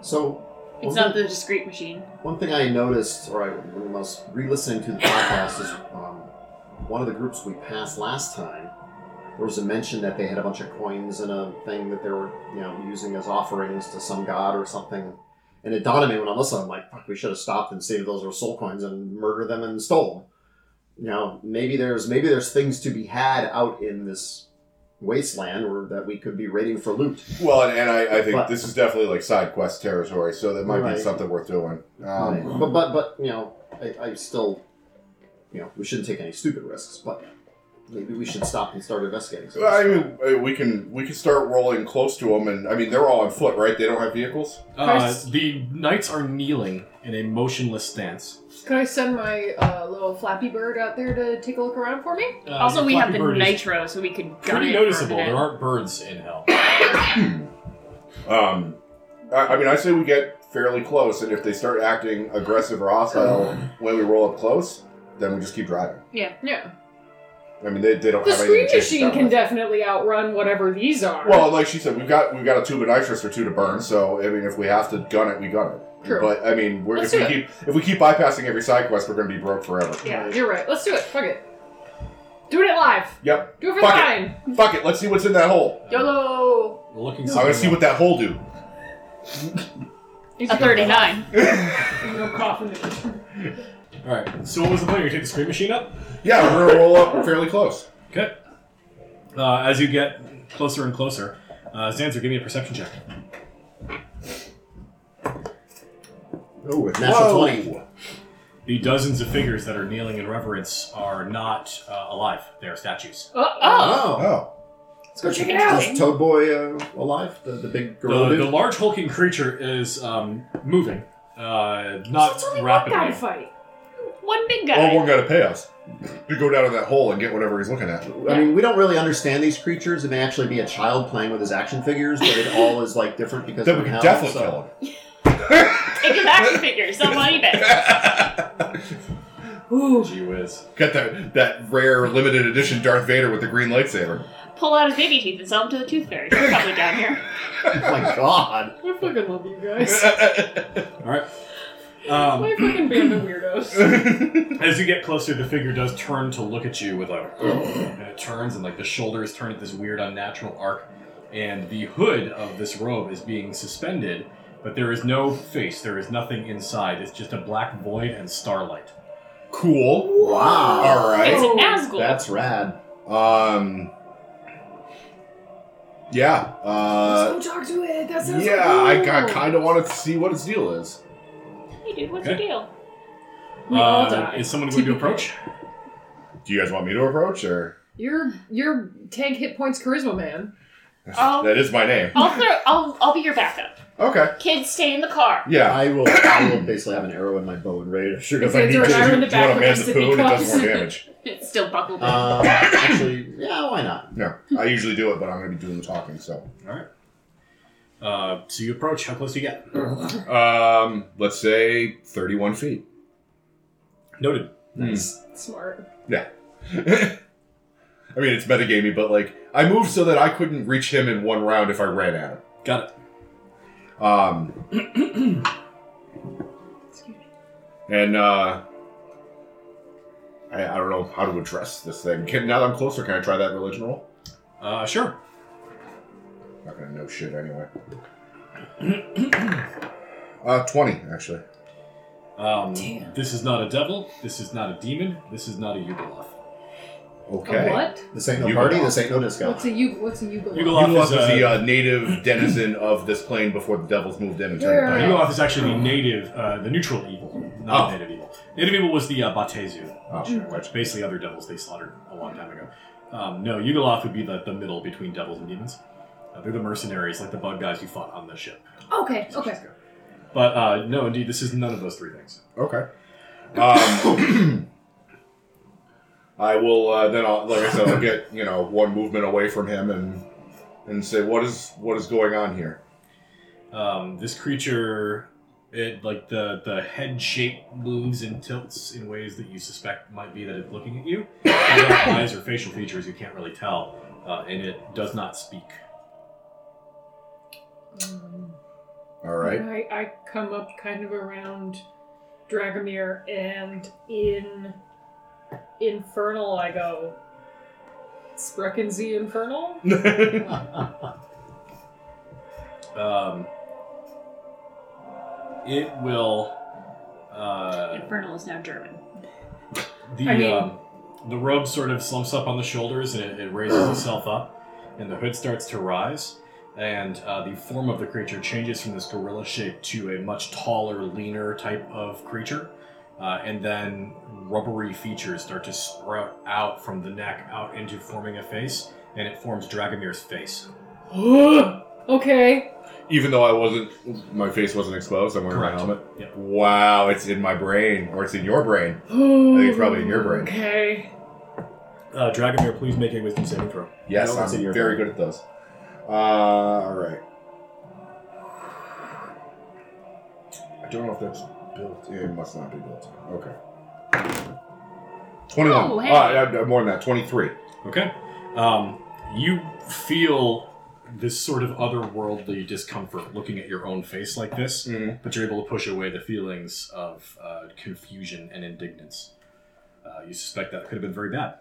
Speaker 5: So
Speaker 4: it's
Speaker 5: one
Speaker 4: not
Speaker 5: thing-
Speaker 4: the discrete machine.
Speaker 5: one thing I noticed, or I when I was re-listening to the podcast, is um, one of the groups we passed last time. There was a mention that they had a bunch of coins and a thing that they were, you know, using as offerings to some god or something. And it dawned on me when I listened, I'm like, fuck, we should have stopped and saved those were soul coins and murder them and stole them. You know, maybe there's maybe there's things to be had out in this wasteland or that we could be raiding for loot.
Speaker 1: Well, and, and I, I think
Speaker 5: But-
Speaker 1: this is definitely like side quest territory, so that might
Speaker 5: Right.
Speaker 1: be something worth doing. Um,
Speaker 5: Right. But but but you know, I, I still, you know, we shouldn't take any stupid risks. But maybe we should stop and start investigating. So
Speaker 1: well, I mean, uh, we can we can start rolling close to them, and I mean they're all on foot, right? They don't have vehicles.
Speaker 3: Uh,
Speaker 2: First-
Speaker 3: the knights are kneeling in a motionless stance.
Speaker 2: Could I send my uh, little Flappy Bird out there to take a look around for me?
Speaker 3: Uh,
Speaker 4: also, we have
Speaker 3: Flappy
Speaker 4: the
Speaker 3: Bird is
Speaker 4: nitro, so we could gun
Speaker 3: Pretty
Speaker 4: it.
Speaker 3: noticeable.
Speaker 4: burn it in.
Speaker 3: There aren't birds in hell.
Speaker 1: Um, I, I mean, I say we get fairly close, and if they start acting aggressive or hostile when we roll up close, then we just keep driving.
Speaker 2: Yeah.
Speaker 1: I mean, they, they don't
Speaker 2: The
Speaker 1: have
Speaker 2: screen
Speaker 1: anything to chase us
Speaker 2: machine
Speaker 1: down
Speaker 2: can
Speaker 1: with.
Speaker 2: definitely outrun whatever these are.
Speaker 1: Well, like she said, we've got we've got a tube of nitrous or two to burn. So I mean, if we have to gun it, we gun it.
Speaker 2: True.
Speaker 1: But I mean, we're, if
Speaker 2: Let's
Speaker 1: we
Speaker 2: do
Speaker 1: keep if we keep bypassing every side quest, we're going to be broke forever.
Speaker 2: yeah, you're right. Let's do it. Fuck it. Doing it live.
Speaker 1: Yep.
Speaker 2: Do it for
Speaker 1: Fuck
Speaker 2: the
Speaker 1: it.
Speaker 2: time.
Speaker 1: Fuck it. Let's see what's in that hole.
Speaker 2: YOLO.
Speaker 3: We're looking.
Speaker 1: I'm going to see what that hole do.
Speaker 4: a 39.
Speaker 2: No coffin.
Speaker 3: All right. So what was the plan? You take the screen machine up.
Speaker 1: Yeah, we're going to roll up fairly close.
Speaker 3: Okay. Uh, as you get closer and closer, uh, Zanzer, give me a perception check.
Speaker 5: oh, with natural
Speaker 1: Whoa.
Speaker 5: twenty.
Speaker 3: The dozens of figures that are kneeling in reverence are not uh, alive; they are statues.
Speaker 2: Uh-oh.
Speaker 5: Oh,
Speaker 1: Oh,
Speaker 2: Let's go check it out.
Speaker 5: Is Toad Boy uh, alive? The, the big gorilla
Speaker 3: The, the
Speaker 5: dude.
Speaker 3: large hulking creature is um, moving, uh,
Speaker 2: So
Speaker 3: not
Speaker 2: it's only one guy to
Speaker 3: rapidly.
Speaker 2: fight.
Speaker 4: One big
Speaker 1: well,
Speaker 4: guy.
Speaker 1: one got to pay us to go down to that hole and get whatever he's looking at.
Speaker 5: I mean, we don't really understand these creatures. It may actually be a child playing with his action figures, but it all is like different because
Speaker 1: Then
Speaker 5: of
Speaker 1: we can
Speaker 5: how-
Speaker 1: definitely
Speaker 5: so-
Speaker 1: kill him.
Speaker 4: Take his action figure. Sell him on eBay.
Speaker 2: Ooh.
Speaker 3: Gee whiz!
Speaker 1: Got that that rare limited edition Darth Vader with the green lightsaber.
Speaker 4: Pull out his baby teeth and sell them to the tooth fairy. They're probably down here.
Speaker 5: Oh my god.
Speaker 2: I fucking love you guys.
Speaker 3: All right. Um,
Speaker 2: My fucking band of weirdos.
Speaker 3: as you get closer, the figure does turn to look at you with a, and it turns, and like the shoulders turn at this weird, unnatural arc, and the hood of this robe is being suspended, but there is no face, there is nothing inside. It's just a black void and starlight.
Speaker 1: cool.
Speaker 5: Wow.
Speaker 1: All right.
Speaker 4: It's an
Speaker 2: Oh,
Speaker 4: Nazgul.
Speaker 5: That's rad.
Speaker 1: Um. Yeah. Uh,
Speaker 2: Let's go talk to it. That sounds
Speaker 1: yeah, I, I
Speaker 2: cool.
Speaker 1: kind of wanted to see what its deal is.
Speaker 4: Hey, dude, what's
Speaker 3: Okay.
Speaker 4: your deal?
Speaker 2: We all
Speaker 3: Uh,
Speaker 2: die.
Speaker 3: Is someone going to approach?
Speaker 1: Do you guys want me to approach or?
Speaker 2: You're you're tank hit points charisma man.
Speaker 4: I'll-
Speaker 1: that is my name.
Speaker 4: I'll throw. I'll. I'll be your backup.
Speaker 1: Okay.
Speaker 4: Kids, stay in the car.
Speaker 1: Yeah.
Speaker 5: I will. I will basically have an arrow in my bow and ready to shoot if I need
Speaker 2: Zanzer and I are in the
Speaker 5: to.
Speaker 1: Do you want to
Speaker 2: back with
Speaker 1: man
Speaker 2: us
Speaker 1: the
Speaker 2: to be
Speaker 1: poo and it does more
Speaker 2: cautious.
Speaker 1: damage?
Speaker 4: It's still buckled in.
Speaker 3: Uh,
Speaker 5: Um, actually, yeah, why not?
Speaker 1: No, I usually do it, but I'm going to be doing the talking. So,
Speaker 3: All right. Uh, so you approach. How close do you get?
Speaker 1: um, let's say 31 feet.
Speaker 3: Noted.
Speaker 5: Nice.
Speaker 2: Smart.
Speaker 1: I mean, it's metagamey, but like I moved so that I couldn't reach him in one round if I ran at him.
Speaker 3: Got it.
Speaker 1: Um,
Speaker 4: Excuse me.
Speaker 1: and uh, I, I don't know how to address this thing. Can, now that I'm closer, can I try that religion roll?
Speaker 3: Uh, sure.
Speaker 1: Not gonna know shit anyway. uh, 20 actually.
Speaker 3: Um,
Speaker 2: Damn.
Speaker 3: This is not a devil. This is not a demon. This is not a Yugoloth.
Speaker 1: Okay.
Speaker 2: A what?
Speaker 5: This ain't no
Speaker 1: You
Speaker 5: party.
Speaker 1: go.
Speaker 5: This ain't no disco.
Speaker 2: What's a you? What's a Yugo?
Speaker 3: Yugoloth,
Speaker 1: Yugoloth is
Speaker 3: is, uh,
Speaker 1: the uh, native denizen of this plane before the devils moved in and turned
Speaker 2: Yeah.
Speaker 1: it down.
Speaker 3: Yugoloth Uh, is actually the native, uh, the neutral evil, not
Speaker 1: Oh.
Speaker 3: the native evil. Native evil was the uh, Batezu,
Speaker 1: Oh,
Speaker 3: which basically other devils they slaughtered a long time ago. Um, no, Yugoloth would be the, the middle between devils and demons. Uh, they're the mercenaries, like the bug guys you fought on the ship.
Speaker 2: Okay. Okay.
Speaker 3: But uh, no, indeed, this is none of those three things.
Speaker 1: Okay. Um, I will uh, then. I'll, like I said, I'll get you know one movement away from him and and say what is what is going on here.
Speaker 3: Um, this creature, it like the the head shape moves and tilts in ways that you suspect might be that it's looking at you. Without eyes or facial features, you can't really tell, uh, and it does not speak.
Speaker 2: Um,
Speaker 1: All right.
Speaker 2: I, I come up kind of around Dragomir, and in Infernal I go. Sprechen Sie Infernal?
Speaker 3: Um, it will. Uh,
Speaker 4: Infernal is now German.
Speaker 3: the
Speaker 2: I mean-
Speaker 3: um, the robe sort of slumps up on the shoulders and it, it raises itself up, and the hood starts to rise. And uh, the form of the creature changes from this gorilla shape to a much taller, leaner type of creature. Uh, and then rubbery features start to sprout out from the neck out into forming a face, and it forms Dragomir's face.
Speaker 2: okay.
Speaker 1: Even though I wasn't, my face wasn't exposed. I'm wearing
Speaker 3: Correct.
Speaker 1: my helmet.
Speaker 3: Yep.
Speaker 1: Wow, it's in my brain, or it's in your brain. it's probably in your brain.
Speaker 2: Okay.
Speaker 3: Uh, Dragomir, please make a wisdom saving throw.
Speaker 1: Yes,
Speaker 5: No,
Speaker 1: I'm
Speaker 5: it's in your
Speaker 1: very
Speaker 5: brain.
Speaker 1: good at those. Uh, all right. I don't know if that's built in. It must not be built in. Okay. 21.
Speaker 4: Oh, hey.
Speaker 1: Uh, uh, more than that, 23.
Speaker 3: Okay. Um, you feel this sort of otherworldly discomfort looking at your own face like this.
Speaker 5: Mm-hmm.
Speaker 1: Mm.
Speaker 3: but you're able to push away the feelings of uh, confusion and indignance. Uh, you suspect that could have been very bad.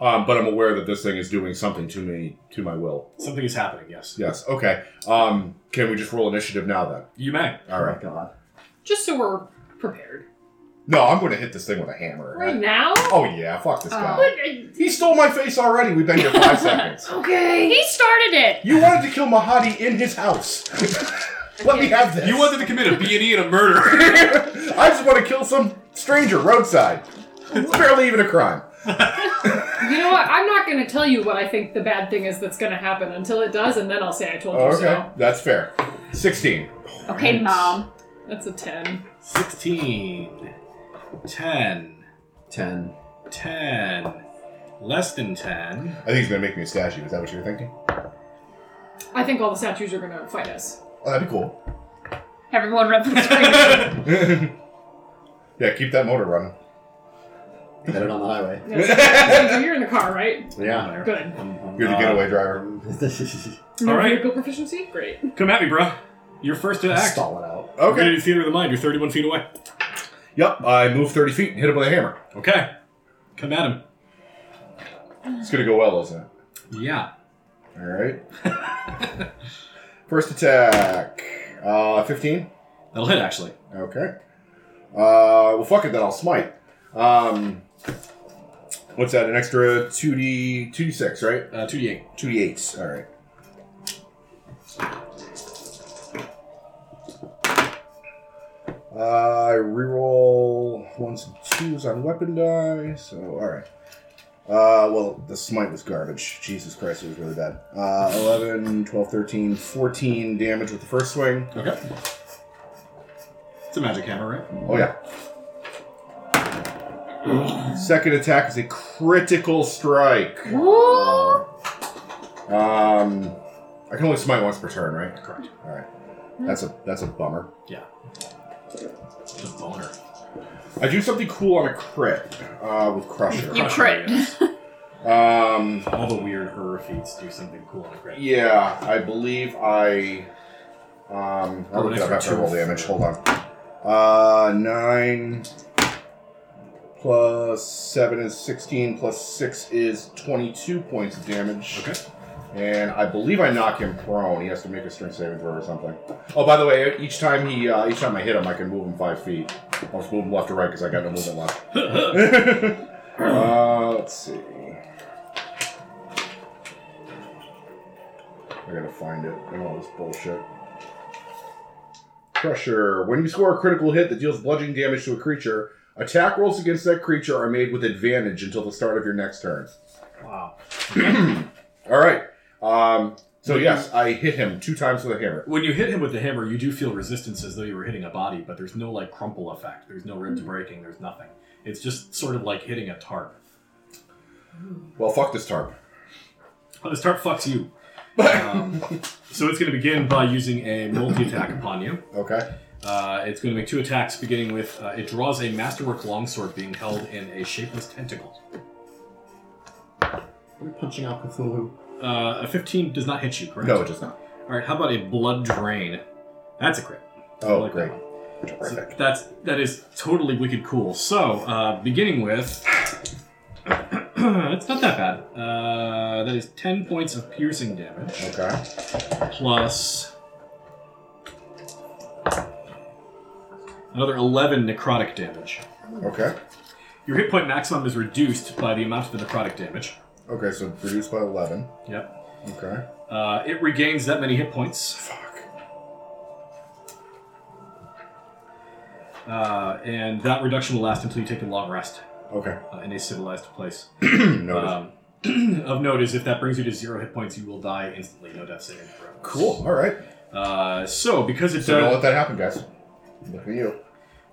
Speaker 1: Um, but I'm aware that this thing is doing something to me, to my will.
Speaker 3: Something is happening, yes.
Speaker 1: Yes. Okay. Um, can we just roll initiative now then?
Speaker 3: You may.
Speaker 1: All right.
Speaker 5: Oh, God.
Speaker 2: Just so we're prepared.
Speaker 1: No, I'm going to hit this thing with a hammer.
Speaker 2: Right now?
Speaker 1: Oh yeah, fuck this guy.
Speaker 4: But uh,
Speaker 1: He stole my face already. We've been here five seconds.
Speaker 2: Okay.
Speaker 4: he started it.
Speaker 1: You wanted to kill Mahadi in his house. Let me have this.
Speaker 3: You wanted to commit a B&E and a murder.
Speaker 1: I just want to kill some stranger roadside. It's barely even a crime.
Speaker 2: You know what? I'm not going to tell you what I think the bad thing is that's going to happen until it does, and then I'll say I
Speaker 3: Oh,
Speaker 2: told you
Speaker 1: Oh,
Speaker 2: so.
Speaker 1: that's fair. Sixteen.
Speaker 4: Okay, mom.
Speaker 2: That's a 10.
Speaker 3: 16, 10,
Speaker 5: Ten.
Speaker 3: 10, less than 10.
Speaker 1: I think he's gonna make me a statue. Is that what you were thinking?
Speaker 2: I think all the statues are going to fight us.
Speaker 1: Oh, that'd be cool.
Speaker 4: Everyone run for the screen.
Speaker 1: yeah, keep that motor running.
Speaker 5: Headed on the highway.
Speaker 2: Yes. You're in the car, right?
Speaker 5: Yeah.
Speaker 2: Good.
Speaker 1: You're the getaway driver.
Speaker 2: No
Speaker 3: All right.
Speaker 2: vehicle proficiency? Great.
Speaker 3: Come at me, bro. You're first to act.
Speaker 5: Stall it out.
Speaker 3: We're gonna do theater of the mind. You're 31 feet away.
Speaker 1: Yep. I move thirty feet and hit him with a hammer.
Speaker 3: Okay. Come at him.
Speaker 1: It's gonna go well, isn't it?
Speaker 3: Yeah.
Speaker 1: All right. First attack. Uh, fifteen.
Speaker 3: That'll hit, actually.
Speaker 1: Okay. Uh, well, fuck it then. I'll smite. Um, what's that? An extra two d two d six, right?
Speaker 3: Uh, 2d8.
Speaker 1: Two d eights. All right. Uh, I reroll ones and twos on weapon die. So all right. Uh, well, the smite was garbage. Jesus Christ, it was really bad. Uh, 11, 12, 13, 14 damage with the first swing.
Speaker 3: Okay. It's a magic hammer, right?
Speaker 1: Oh, yeah. Second attack is a critical strike.
Speaker 4: Whoa.
Speaker 1: Um, I can only smite once per turn, right?
Speaker 3: Correct.
Speaker 1: All right. That's a that's a bummer.
Speaker 3: It's a boner.
Speaker 1: I do something cool on a crit uh, with Crusher.
Speaker 4: You
Speaker 3: Crusher,
Speaker 4: crit.
Speaker 3: yes.
Speaker 1: Um,
Speaker 3: All the weird her feats do something cool on a crit.
Speaker 1: yeah, I believe I. Um, I'll look it up after I roll damage. Hold on. Uh, nine plus seven is sixteen. Plus six is twenty-two points of damage.
Speaker 3: Okay.
Speaker 1: And I believe I knock him prone. He has to make a strength saving throw or something. Oh, by the way, each time he, uh, each time I hit him, I can move him five feet. I'll just move him left to right because I got no movement left. uh, let's see. I gotta find it and all this bullshit. Crusher. When you score a critical hit that deals bludgeoning damage to a creature, attack rolls against that creature are made with advantage until the start of your next turn.
Speaker 3: Wow.
Speaker 1: All right. Um, so
Speaker 3: Mm-hmm.
Speaker 1: yes, I hit him two times with a hammer.
Speaker 3: When you hit him with the hammer, you do feel resistance as though you were hitting a body, but there's no like crumple effect. There's no
Speaker 4: Hmm.
Speaker 3: ribs breaking. There's nothing. It's just sort of like hitting a tarp.
Speaker 1: Well, fuck this tarp.
Speaker 3: Oh, this tarp fucks you. Um, so it's going to begin by using a multi attack upon you.
Speaker 1: Okay.
Speaker 3: Uh, it's going to make two attacks, beginning with uh, it draws a masterwork longsword being held in a shapeless tentacle.
Speaker 5: You're punching out Cthulhu.
Speaker 3: Uh, a 15 does not hit you, correct?
Speaker 1: No, it does not.
Speaker 3: All right, how about a blood drain? That's a crit. I
Speaker 1: Oh,
Speaker 3: like that
Speaker 1: great.
Speaker 3: one. So
Speaker 1: Terrific.
Speaker 3: that's that is totally wicked cool. So uh, beginning with, it's not that bad. Uh, that is 10 points of piercing damage.
Speaker 1: Okay.
Speaker 3: plus another 11 necrotic damage.
Speaker 1: Okay.
Speaker 3: Your hit point maximum is reduced by the amount of the necrotic damage.
Speaker 1: Okay. So reduced by eleven.
Speaker 3: Yep.
Speaker 1: Okay.
Speaker 3: Uh, it regains that many hit points,
Speaker 1: Fuck.
Speaker 3: uh, and that reduction will last until you take a long rest
Speaker 1: Okay.
Speaker 3: uh, in a civilized place.
Speaker 1: Hmm, Noted.
Speaker 3: Um, of note is if that brings you to zero hit points, you will die instantly. No death saving throw.
Speaker 1: cool. All right.
Speaker 3: Uh, so because it
Speaker 1: So don't
Speaker 3: does,
Speaker 1: let that happen, guys. Look at you.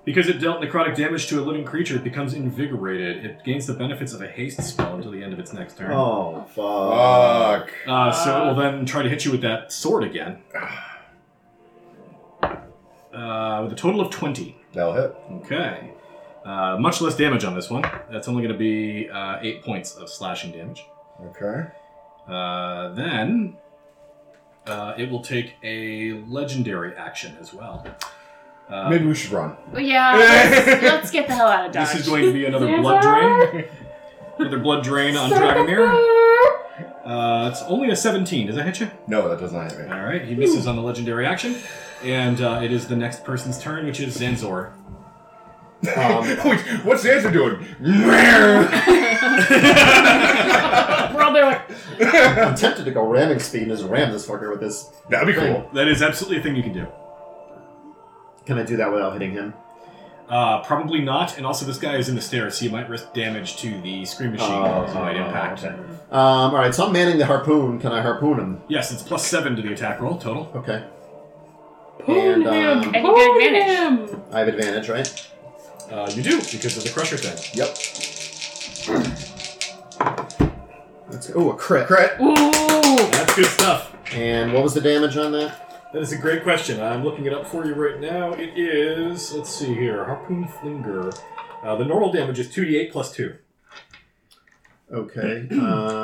Speaker 3: Because it dealt necrotic damage to a living creature, it becomes invigorated. It gains the benefits of a haste spell until the end of its next turn.
Speaker 5: Oh, fuck.
Speaker 1: Fuck.
Speaker 3: Uh, so it will then try to hit you with that sword again. Uh, with a total of 20.
Speaker 1: That'll hit.
Speaker 3: Okay. Uh, much less damage on this one. That's only going to be uh, 8 points of slashing damage.
Speaker 1: Okay.
Speaker 3: Uh, then uh, it will take a legendary action as well. Uh,
Speaker 1: Maybe we should run.
Speaker 4: Well, yeah, let's, let's get the hell out of Dodge.
Speaker 3: this is going to be another
Speaker 4: Yes,
Speaker 3: blood
Speaker 4: sir.
Speaker 3: drain. Another blood drain on Dragomir. Uh, it's only a 17. Does that hit you?
Speaker 1: No, that does not hit me.
Speaker 3: All right, he misses on the legendary action, and uh, it is the next person's turn, which is Zanzor. um,
Speaker 5: Um,
Speaker 1: Wait, what's the answer doing? Mm, Meh.
Speaker 4: We're all there like,
Speaker 5: I'm tempted to go ramming speed and just ram this fucker with this.
Speaker 1: That'd be cool.
Speaker 3: That is absolutely a thing you can do.
Speaker 5: Can I do that without hitting him?
Speaker 3: Uh, probably not, and also this guy is in the stairs, so you might risk damage to the scream machine. so it might impact.
Speaker 5: okay. Um, all right, so I'm manning the harpoon. Can I harpoon him?
Speaker 3: Yes, it's plus seven to the attack roll total.
Speaker 5: Okay.
Speaker 2: Pwn
Speaker 5: And, um,
Speaker 2: him!
Speaker 4: And you
Speaker 2: Pwn
Speaker 4: get advantage.
Speaker 2: him!
Speaker 5: I have advantage, right?
Speaker 3: Uh, you do because of the crusher thing.
Speaker 5: Yep. That's, ooh, a crit.
Speaker 1: Crit.
Speaker 4: ooh.
Speaker 3: That's good stuff.
Speaker 5: And what was the damage on that?
Speaker 3: That is a great question. I'm looking it up for you right now. It is, let's see here, harpoon flinger. Uh, the normal damage is 2d8 plus 2.
Speaker 5: Okay. Um,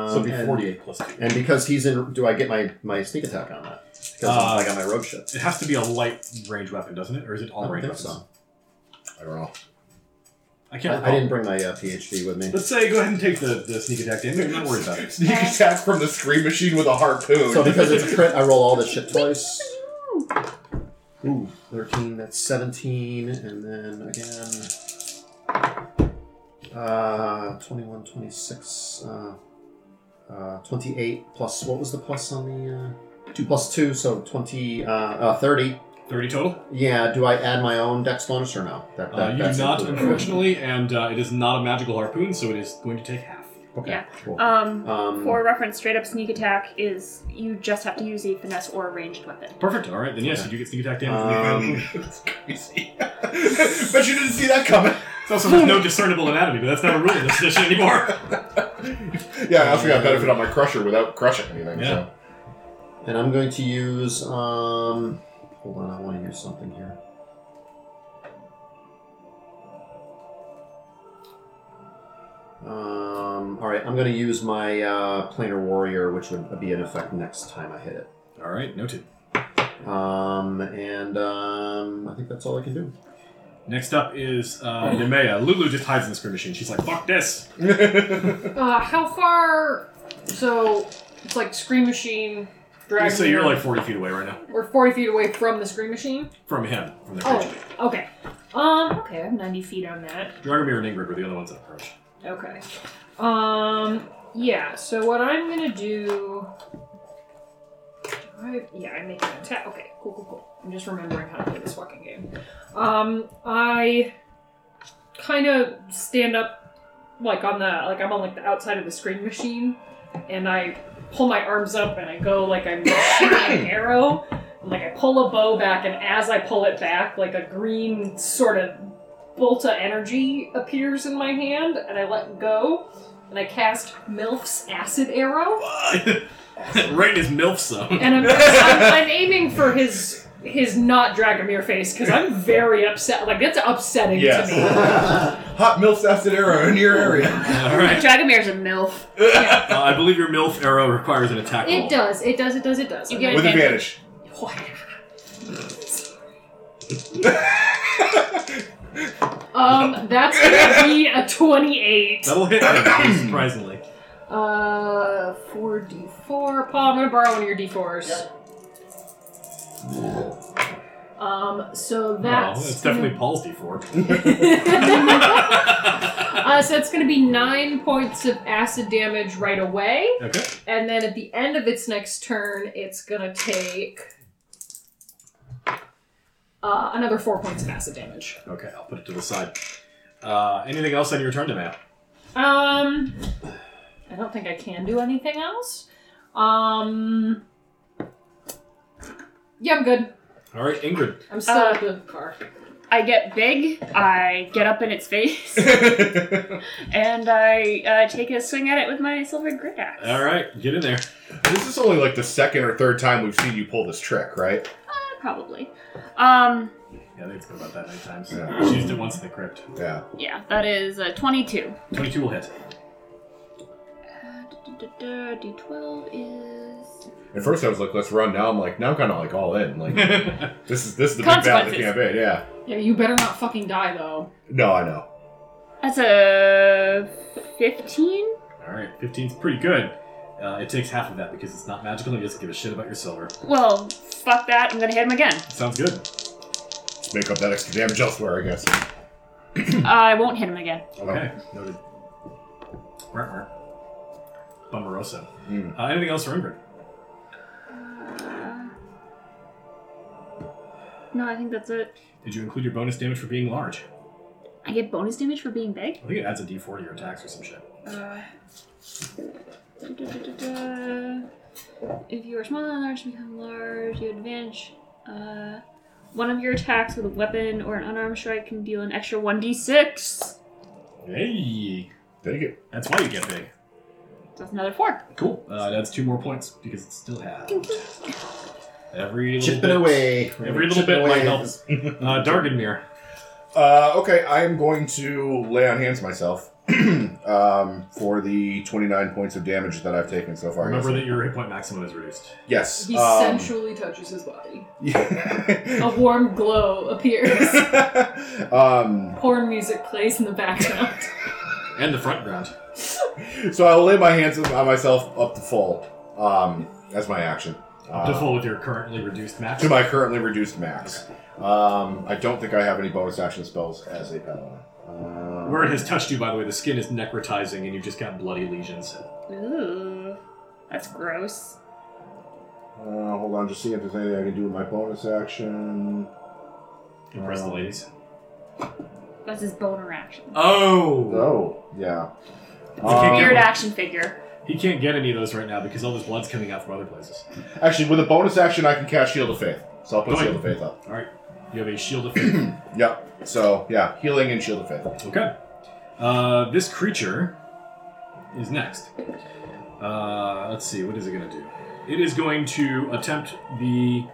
Speaker 3: So it'd be
Speaker 5: and-
Speaker 3: 48 plus 2.
Speaker 5: And because he's in, do I get my, my sneak attack on that? Because
Speaker 3: Uh,
Speaker 5: I got my rogue shit.
Speaker 3: It has to be a light range weapon, doesn't it? Or is it all
Speaker 5: I
Speaker 3: range
Speaker 5: think
Speaker 3: weapons?
Speaker 5: so.
Speaker 1: I don't know.
Speaker 3: I can't
Speaker 5: I, I
Speaker 3: recall.
Speaker 5: didn't bring my uh, PhD with me.
Speaker 3: Let's say go ahead and take the, the sneak attack damage. I'm not worried about it.
Speaker 1: Sneak attack from the scream machine with a harpoon.
Speaker 5: So because it's a crit, I roll all this shit twice. Ooh, 13, that's 17, and then again. Uh, 21, 26, uh, uh, 28, plus, what was the plus on the, uh, 2 plus 2, so 20, uh, uh 30.
Speaker 3: 30 total.
Speaker 5: Yeah, do I add my own dex bonus or no? That,
Speaker 3: Uh, you do
Speaker 5: that's
Speaker 3: not,
Speaker 5: included.
Speaker 3: unfortunately, and uh, it is not a magical harpoon, so it is going to take half.
Speaker 5: Okay.
Speaker 4: Yeah.
Speaker 5: Cool.
Speaker 4: Um,
Speaker 5: Um,
Speaker 4: for reference, straight up sneak attack is you just have to use a finesse or ranged weapon.
Speaker 3: Perfect. All right, then yes, you do get sneak attack damage.
Speaker 5: Um,
Speaker 1: That's crazy. but you didn't see that coming.
Speaker 3: it's also there's no discernible anatomy, but that's not a rule in this edition anymore.
Speaker 1: Yeah, I also got benefit on my crusher without crushing anything.
Speaker 3: Yeah.
Speaker 5: And I'm going to use. Um, hold on, I want to use something here. Um, all right, I'm going to use my uh, planar warrior, which would be in effect next time I hit it.
Speaker 3: All right, noted.
Speaker 5: Um, and um, I think that's all I can do.
Speaker 3: Next up is uh, Nemea. Lulu just hides in the skirmishing. She's like, "Fuck this!"
Speaker 1: So.
Speaker 2: Uh, how far? So it's like Scream Machine. Dragon
Speaker 3: So you're like 40 feet away right now
Speaker 2: we're forty feet away from the Scream Machine.
Speaker 3: from him, from the creature.
Speaker 2: Oh, okay. Um, okay, I'm ninety feet on that.
Speaker 3: Dragomir and Ingrid were the other ones that approached.
Speaker 2: Okay. Um. Yeah. So what I'm gonna do? do I, yeah, I make an attack. Okay. Cool. Cool. Cool. I'm just remembering how to play this fucking game. Um. I kind of stand up, like on the like I'm on like the outside of the screen machine, and I pull my arms up and I go like I'm shooting an arrow. And, like I pull a bow back, and as I pull it back, like a green sort of bolt of energy appears in my hand, and I let go, and I cast Milf's acid arrow,
Speaker 3: right in his milf zone.
Speaker 2: and I'm, I'm, I'm aiming for his his not Dragomir face because I'm very upset. Like that's upsetting
Speaker 1: Yes.
Speaker 2: to me.
Speaker 1: Hot milf's acid arrow in your area.
Speaker 3: All right.
Speaker 4: Dragomir's a milf.
Speaker 3: Uh, I believe your milf arrow requires an attack roll.
Speaker 2: It does. It does. It does. It does.
Speaker 4: You
Speaker 2: Okay.
Speaker 4: get-
Speaker 1: With advantage.
Speaker 2: Um, that's gonna be a twenty-eight.
Speaker 3: That'll hit. him, surprisingly.
Speaker 2: Uh, four d four. Paul, I'm gonna borrow one of your d fours. Um, so that's
Speaker 3: oh, it's
Speaker 2: gonna
Speaker 3: definitely Paul's
Speaker 1: Hmm.
Speaker 3: D4.
Speaker 2: Uh, so it's going to be nine points of acid damage right away,
Speaker 3: okay.
Speaker 2: and then at the end of its next turn, it's going to take uh, another four points of acid damage.
Speaker 3: Okay, I'll put it to the side. Uh, anything else on your turn to map?
Speaker 2: Um, I don't think I can do anything else. Um, yeah, I'm good.
Speaker 3: All right, Ingrid.
Speaker 2: I'm still
Speaker 4: Uh,
Speaker 2: at the car.
Speaker 4: I get big, I get up in its face, and I uh, take a swing at it with my silver grid axe.
Speaker 3: All right, get in there.
Speaker 1: this is only like the second or third time we've seen you pull this trick, right?
Speaker 4: Uh, probably. Um,
Speaker 3: Yeah, I think it's been about that many times.
Speaker 1: Yeah.
Speaker 3: She used it once in the crypt.
Speaker 1: Yeah.
Speaker 4: yeah, that is uh, 22.
Speaker 3: 22 will hit.
Speaker 4: Uh, duh, duh, duh, duh, D12 is.
Speaker 1: At first I was like, let's run. Now I'm like, now I'm kind of like all in. Like, this is this is the big battle of
Speaker 4: Consequences.
Speaker 1: the campaign. Yeah.
Speaker 2: Yeah, you better not fucking die though.
Speaker 1: No, I know.
Speaker 4: That's a 15?
Speaker 3: All right, 15's pretty good. Uh, it takes half of that because it's not magical and it doesn't give a shit about your silver.
Speaker 4: Well, fuck that, I'm gonna hit him again.
Speaker 3: Sounds good.
Speaker 1: Let's make up that extra damage elsewhere, I guess. Oh,
Speaker 4: I won't hit him again.
Speaker 3: Okay, noted. Mark, mark. Bummeroso.
Speaker 1: Mm.
Speaker 3: Uh, anything else for Ingrid?
Speaker 4: Uh, no, I think that's it.
Speaker 3: Did you include your bonus damage for being large?
Speaker 4: I get bonus damage for being big?
Speaker 3: I think it adds a d4 to your attacks or some shit.
Speaker 4: Uh, da-da-da-da-da. If you are smaller than large, you become large. You advantage. Uh, one of your attacks with a weapon or an unarmed strike can deal an extra 1d6.
Speaker 3: Hey!
Speaker 1: Take it.
Speaker 3: That's why you get big.
Speaker 4: That's another four.
Speaker 3: Cool. Uh, it adds two more points because it's still halved. Every little
Speaker 5: Chip it
Speaker 3: bit.
Speaker 5: away.
Speaker 3: Every little
Speaker 5: Chip it
Speaker 3: bit might
Speaker 5: away.
Speaker 3: help. Uh, Darganmir.
Speaker 1: Uh, okay, I am going to lay on hands myself um, for the 29 points of damage that I've taken so far. I
Speaker 3: Remember
Speaker 1: guess.
Speaker 3: that your hit point maximum is reduced.
Speaker 1: Yes.
Speaker 2: He
Speaker 1: um,
Speaker 2: sensually touches his body. A
Speaker 1: yeah.
Speaker 2: warm glow appears.
Speaker 1: um,
Speaker 2: Horn music plays in the background.
Speaker 3: And the front ground.
Speaker 1: so I'll lay my hands on myself up to full um, as my action. Uh,
Speaker 3: to full with your currently reduced max.
Speaker 1: to my currently reduced max. Um, I don't think I have any bonus action spells as a paladin. Uh,
Speaker 3: Where it has touched you, by the way, the skin is necrotizing and you've just got bloody lesions.
Speaker 4: Ooh, that's gross.
Speaker 1: Uh, hold on, just see if there's anything I can do with my bonus action.
Speaker 3: Impress the ladies.
Speaker 4: Uh, That's his boner action.
Speaker 3: Oh!
Speaker 1: Oh, yeah. Um,
Speaker 4: Beard action figure.
Speaker 3: He can't get any of those right now because all his blood's coming out from other places.
Speaker 1: actually, with a bonus action, I can cast Shield of Faith. So I'll put
Speaker 3: Go ahead.
Speaker 1: Shield of Faith up.
Speaker 3: All right, you have a shield of faith.
Speaker 1: Yep. So yeah, healing and Shield of Faith.
Speaker 3: Okay. Uh, this creature is next. Uh, let's see, what is it going to do? It is going to attempt the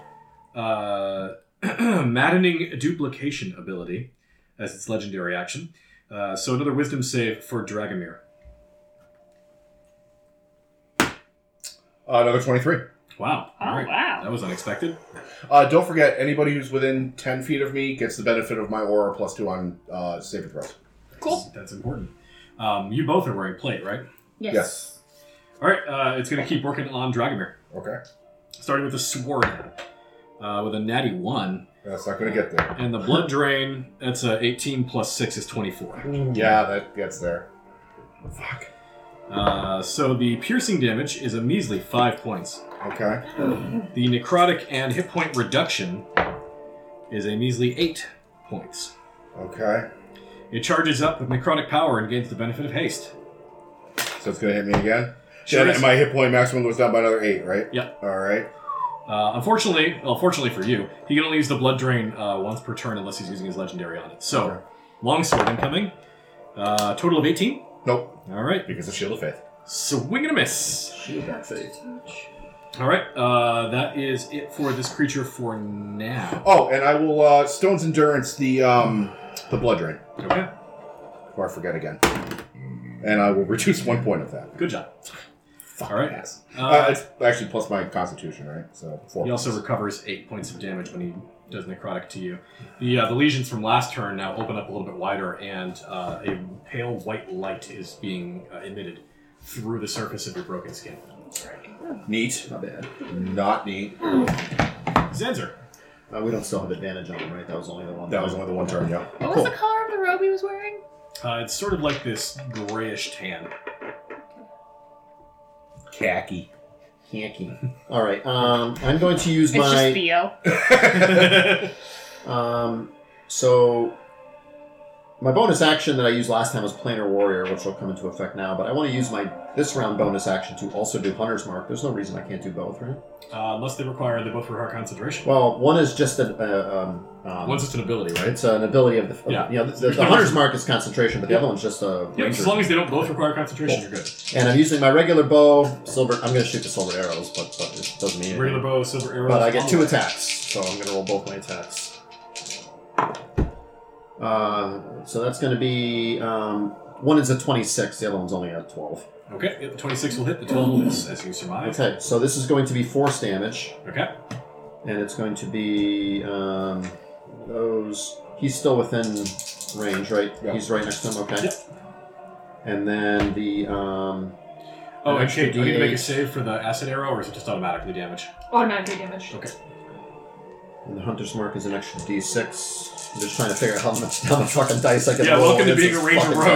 Speaker 3: uh, maddening duplication ability as its legendary action. Uh, so another wisdom save for Dragomir.
Speaker 1: Uh, another twenty-three.
Speaker 3: Wow.
Speaker 4: Oh
Speaker 3: All right.
Speaker 4: wow.
Speaker 3: That was unexpected.
Speaker 1: Uh, don't forget, anybody who's within ten feet of me gets the benefit of my aura plus two on uh, saving throws.
Speaker 4: Cool.
Speaker 3: That's important. Um, you both are wearing plate, right?
Speaker 4: Yes.
Speaker 1: Yes.
Speaker 3: All right. Uh, it's going to keep working on Dragomir.
Speaker 1: Okay.
Speaker 3: Starting with a sword. Uh, with a natty one.
Speaker 1: That's not gonna get there.
Speaker 3: And the blood drain, that's a 18 plus 6 is 24.
Speaker 1: Yeah, that gets there. Fuck.
Speaker 3: Uh, so the piercing damage is a measly 5 points.
Speaker 1: Okay.
Speaker 3: The necrotic and hit point reduction is a measly 8 points.
Speaker 1: Okay.
Speaker 3: It charges up with necrotic power and gains the benefit of haste.
Speaker 1: So it's gonna hit me again.
Speaker 3: Sure
Speaker 1: Then
Speaker 3: is.
Speaker 1: my hit point maximum goes down by another eight, right?
Speaker 3: Yep.
Speaker 1: All right.
Speaker 3: Uh, unfortunately, well, fortunately for you, he can only use the blood drain uh, once per turn unless he's using his legendary on it. So,
Speaker 1: Okay.
Speaker 3: longsword incoming. Uh, total of 18.
Speaker 1: Nope.
Speaker 3: All right.
Speaker 1: Because of Shield of Faith.
Speaker 3: Swing and a miss.
Speaker 5: Shield of faith.
Speaker 3: All right, uh, that is it for this creature for now.
Speaker 1: Oh, and I will uh, Stone's Endurance the um the Blood Drain.
Speaker 3: Okay,
Speaker 1: Or I forget again. And I will reduce one point of that.
Speaker 3: good job. All right.
Speaker 1: Yes.
Speaker 3: Uh,
Speaker 1: Uh, it's actually plus my Constitution, right? So four.
Speaker 3: he also recovers eight points of damage when he does necrotic to you. The uh, the lesions from last turn now open up a little bit wider, and uh, a pale white light is being uh, emitted through the surface of your broken skin.
Speaker 1: neat.
Speaker 5: Not bad.
Speaker 1: Not neat.
Speaker 3: Zanzer,
Speaker 5: Uh, we don't still have advantage on them, right? That was only the one.
Speaker 1: That was only the one turn, yeah.
Speaker 4: What was the color of the robe he was wearing?
Speaker 3: uh, it's sort of like this grayish tan.
Speaker 1: Khaki.
Speaker 5: Hanky. All right. Um, I'm going to use
Speaker 4: It's just
Speaker 5: my.
Speaker 4: Theo.
Speaker 5: Um, so my bonus action that I used last time was Planar Warrior, which will come into effect now. But I want to use my this round bonus action to also do Hunter's Mark. There's no reason I can't do both, right?
Speaker 3: Uh, unless they require they both require concentration.
Speaker 5: Well, one is just an. Uh, um, um,
Speaker 3: Once it's an ability, right?
Speaker 5: it's an ability of the. Of,
Speaker 3: Yeah.
Speaker 5: You know, the, the Hunter's Mark is concentration, but the other one's just a.
Speaker 3: Yeah, as
Speaker 5: ranger's
Speaker 3: long as they don't both require concentration, you're good.
Speaker 5: And I'm using my regular bow, silver. I'm going to shoot the silver arrows, but, but it doesn't mean
Speaker 3: Regular
Speaker 5: anything.
Speaker 3: bow, silver arrow.
Speaker 5: But I get two attacks, so I'm going to roll both my attacks. Uh, so that's going to be um, one is a 26, the other one's only a 12.
Speaker 3: Okay, yeah, the 26 will hit, the 12 will miss as you survive.
Speaker 5: Okay, so this is going to be force damage,
Speaker 3: Okay.
Speaker 5: and it's going to be um, those. He's still within range, right?
Speaker 1: Yeah.
Speaker 5: He's right next to him. Okay.
Speaker 3: Yep.
Speaker 5: And then the um,
Speaker 3: Oh,
Speaker 5: An
Speaker 3: and
Speaker 5: extra
Speaker 3: Kate, do you need to make a
Speaker 5: D8.
Speaker 3: save for the acid arrow, or is it just automatically damage?
Speaker 2: Automatically damage.
Speaker 3: Okay.
Speaker 5: And the hunter's mark is an extra d6. I'm just trying to figure out how much, how much fucking dice I can
Speaker 3: Yeah,
Speaker 5: roll.
Speaker 3: welcome to
Speaker 5: This
Speaker 3: being
Speaker 5: is
Speaker 3: a ranger
Speaker 5: fucking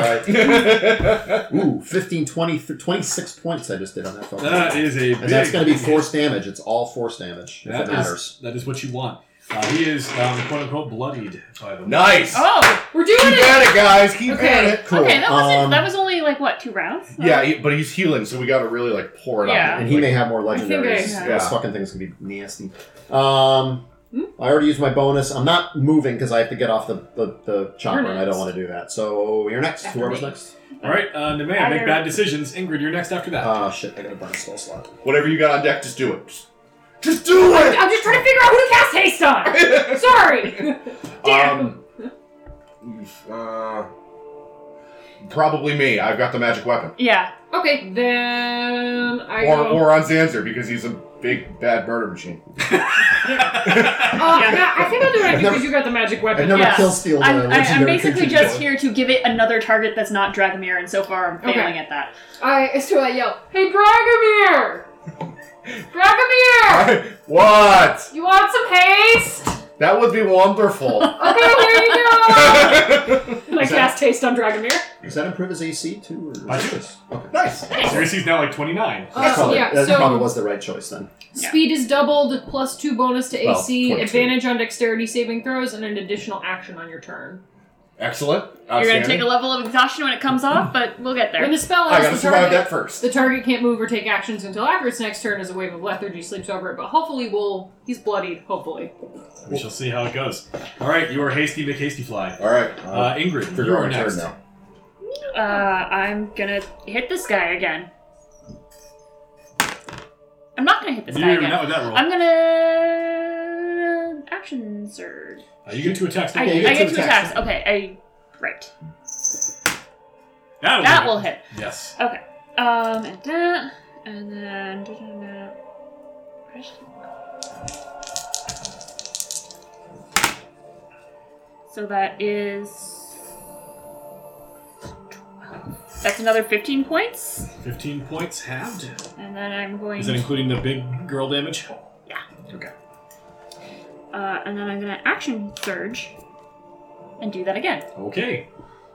Speaker 3: rogue.
Speaker 5: tight. Ooh, 15, 20, 26 points I just did on that fucking
Speaker 3: That
Speaker 5: thing.
Speaker 3: is a big.
Speaker 5: And that's going to be
Speaker 3: hit.
Speaker 5: force damage. It's all force damage, if
Speaker 3: That
Speaker 5: it
Speaker 3: is-
Speaker 5: matters.
Speaker 3: That is what you want. Uh, he is um, quote unquote bloodied by the.
Speaker 1: nice!
Speaker 4: Oh.
Speaker 2: We're doing
Speaker 1: Keep
Speaker 2: it!
Speaker 1: at it, guys! Keep at
Speaker 4: Okay.
Speaker 1: it!
Speaker 5: Cool.
Speaker 4: Okay, that wasn't.
Speaker 5: Um,
Speaker 4: that was only like what two rounds?
Speaker 1: Yeah, he- but he's healing, so we gotta really like pour it
Speaker 4: Yeah.
Speaker 1: out.
Speaker 5: And he may have more
Speaker 2: I think I
Speaker 5: legendaries.
Speaker 2: have.
Speaker 5: This fucking thing's going to be nasty. Um, I already used my bonus. I'm not moving because I have to get off the, the, the chopper,
Speaker 2: You're
Speaker 5: and I don't
Speaker 2: next.
Speaker 5: want to do that. So you're next.
Speaker 2: After
Speaker 5: Whoever's
Speaker 2: me.
Speaker 5: next.
Speaker 3: All right, uh, Nemea, make bad decisions. Ingrid, you're next after that.
Speaker 5: Ah, shit. I got to burn a spell slot.
Speaker 1: Whatever you got on deck, just do it. Just- Just do it!
Speaker 2: I'm just trying to figure out who to cast haste on! Sorry! Damn!
Speaker 1: Um, uh, probably me. I've got the magic weapon.
Speaker 4: Yeah.
Speaker 2: okay, then I
Speaker 1: Or,
Speaker 2: go-
Speaker 1: or on Zanzer because he's a big bad murder machine.
Speaker 2: Uh, yeah, I think I'll do what I
Speaker 5: I've
Speaker 2: do
Speaker 5: never-
Speaker 2: because you got the magic
Speaker 5: I've
Speaker 2: weapon.
Speaker 5: never
Speaker 4: Yeah.
Speaker 5: kill steal the
Speaker 4: I'm, I,
Speaker 5: legendary
Speaker 4: I'm basically
Speaker 5: creature
Speaker 4: just
Speaker 5: before.
Speaker 4: here to give it another target that's not Dragomir, and so far I'm
Speaker 2: Okay.
Speaker 4: failing at that.
Speaker 2: I so I yell, "Hey, Dragomir! Dragomir,
Speaker 1: what?
Speaker 2: you want some haste?
Speaker 1: That would be wonderful.
Speaker 2: Okay, here you go."
Speaker 1: nice.
Speaker 2: I cast haste on Dragomir.
Speaker 5: Does that improve his AC too? Or
Speaker 3: By two.
Speaker 5: Okay.
Speaker 3: Your AC is now like 29.
Speaker 2: Uh,
Speaker 5: That's probably,
Speaker 2: yeah,
Speaker 5: that
Speaker 2: so-
Speaker 5: probably was the right choice then.
Speaker 4: Yeah.
Speaker 2: Speed is doubled, plus two bonus to
Speaker 1: Well,
Speaker 2: AC,
Speaker 1: 22.
Speaker 2: advantage on dexterity saving throws, and an additional action on your turn.
Speaker 1: Excellent.
Speaker 4: You're going to
Speaker 1: Outstanding.
Speaker 4: take a level of exhaustion when it comes
Speaker 5: Mm-hmm.
Speaker 4: off, but we'll get
Speaker 2: When
Speaker 4: there.
Speaker 2: the spell
Speaker 1: I gotta
Speaker 2: ends, the
Speaker 1: survive
Speaker 2: target,
Speaker 1: that first.
Speaker 2: the target can't move or take actions until after its next turn as a wave of lethargy sleeps over it, but hopefully we'll. He's bloodied, hopefully.
Speaker 3: We shall see how it goes. All right, you are hasty, make hasty fly.
Speaker 1: All right.
Speaker 3: Uh, Ingrid, you
Speaker 1: figure out
Speaker 3: are
Speaker 1: my turn
Speaker 3: next.
Speaker 1: now.
Speaker 4: Uh, I'm going to hit this guy again. I'm not going to hit this
Speaker 3: You're
Speaker 4: guy
Speaker 3: even out with
Speaker 4: again.
Speaker 3: that roll.
Speaker 4: I'm going to. Action surge.
Speaker 3: Uh, you get two attacks.
Speaker 4: I,
Speaker 3: don't you?
Speaker 5: get
Speaker 4: I
Speaker 5: two
Speaker 4: get two
Speaker 5: attacks.
Speaker 4: attacks. Okay, I. Right.
Speaker 3: That'll
Speaker 4: That
Speaker 3: do it.
Speaker 4: will hit.
Speaker 3: Yes.
Speaker 4: Um, and that, and then. Da, da, da. So that is. That's another 15 points.
Speaker 3: 15 points halved.
Speaker 4: And then I'm going.
Speaker 3: Is that including the big girl damage?
Speaker 4: Uh, and then I'm going to action surge and do that again.
Speaker 3: Okay.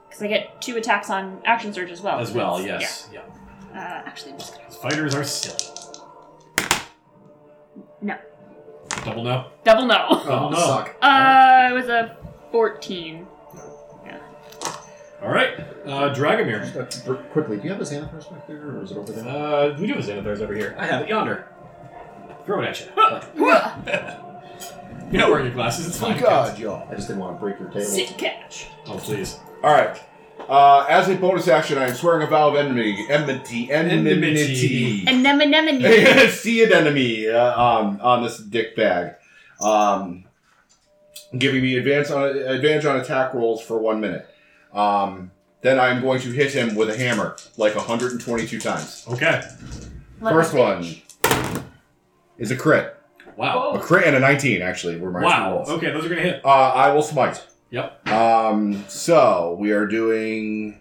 Speaker 4: Because I get two attacks on action surge as well.
Speaker 3: As well,
Speaker 4: Oh, That's-
Speaker 3: yes. Yeah.
Speaker 4: yeah. Uh, actually, I'm just going
Speaker 3: Because Fighters are silly.
Speaker 4: No.
Speaker 3: Double no?
Speaker 4: to double no.
Speaker 5: Oh,
Speaker 3: no.
Speaker 5: suck.
Speaker 4: Uh, it was a 14.
Speaker 3: All right. Uh, Dragomir.
Speaker 5: Uh, br- quickly, do you have a Xanathars back there, or is it over there?
Speaker 3: Uh, we do have Xanathars over here. I have it yonder. Throw it at you. You're not wearing your glasses. It's fine.
Speaker 1: y'all.
Speaker 5: I just didn't want to break your table.
Speaker 2: Sit catch.
Speaker 3: Oh, please.
Speaker 1: All right. Uh, as a bonus action, I am swearing a vow of enmity. Enmity. Enmity.
Speaker 3: Enmity.
Speaker 4: Anemone.
Speaker 1: See an enemy uh, um, on this dick bag, um, giving me advance on advantage on attack rolls for one minute. Um, then I'm going to hit him with a hammer like 122 times.
Speaker 3: Okay.
Speaker 1: First one is a crit,
Speaker 3: Wow.
Speaker 1: a
Speaker 2: Whoa.
Speaker 1: crit and a 19 actually were my two
Speaker 3: Wow.
Speaker 1: rolls.
Speaker 3: Okay, those are going to hit.
Speaker 1: Uh, I will smite.
Speaker 3: Yep.
Speaker 1: Um, so we are doing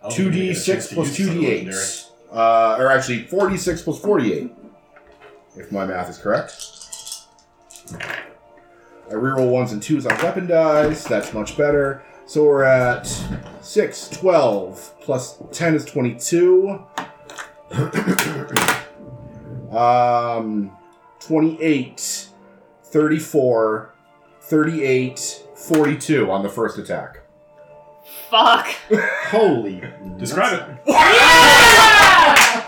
Speaker 3: I don't
Speaker 1: two
Speaker 3: think we
Speaker 1: d
Speaker 3: get Oh, a chance
Speaker 1: six
Speaker 3: to
Speaker 1: plus
Speaker 3: use
Speaker 1: two
Speaker 3: some of
Speaker 1: d
Speaker 3: the
Speaker 1: eight,
Speaker 3: legendary.
Speaker 1: uh, or actually forty six plus forty eight, if my math is correct. I reroll ones and twos on weapon dice. That's much better. So we're at 6, 12, plus 10 is 22. um, 28, 34, 38, 42 on the first attack.
Speaker 4: Fuck.
Speaker 5: Holy.
Speaker 3: Describe it.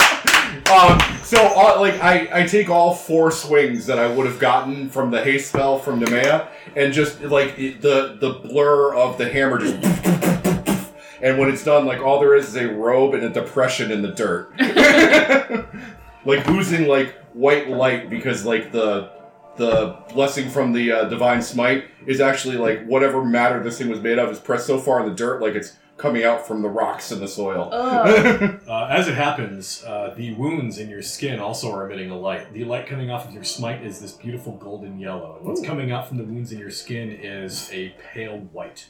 Speaker 1: Um, so, uh, like, I, I take all four swings that I would have gotten from the haste spell from Nemea, and just, like, it, the, the blur of the hammer just. and when it's done, like, all there is is a robe and a depression in the dirt. like, oozing, like, white light because, like, the. The blessing from the uh, divine smite is actually like whatever matter this thing was made of is pressed so far in the dirt, like it's coming out from the rocks in the
Speaker 2: Oh,
Speaker 1: soil.
Speaker 4: Ugh.
Speaker 3: Uh, as it happens, uh, the wounds in your skin also are emitting a light. The light coming off of your smite is this beautiful golden yellow. And what's coming out from the wounds in your skin is a pale white,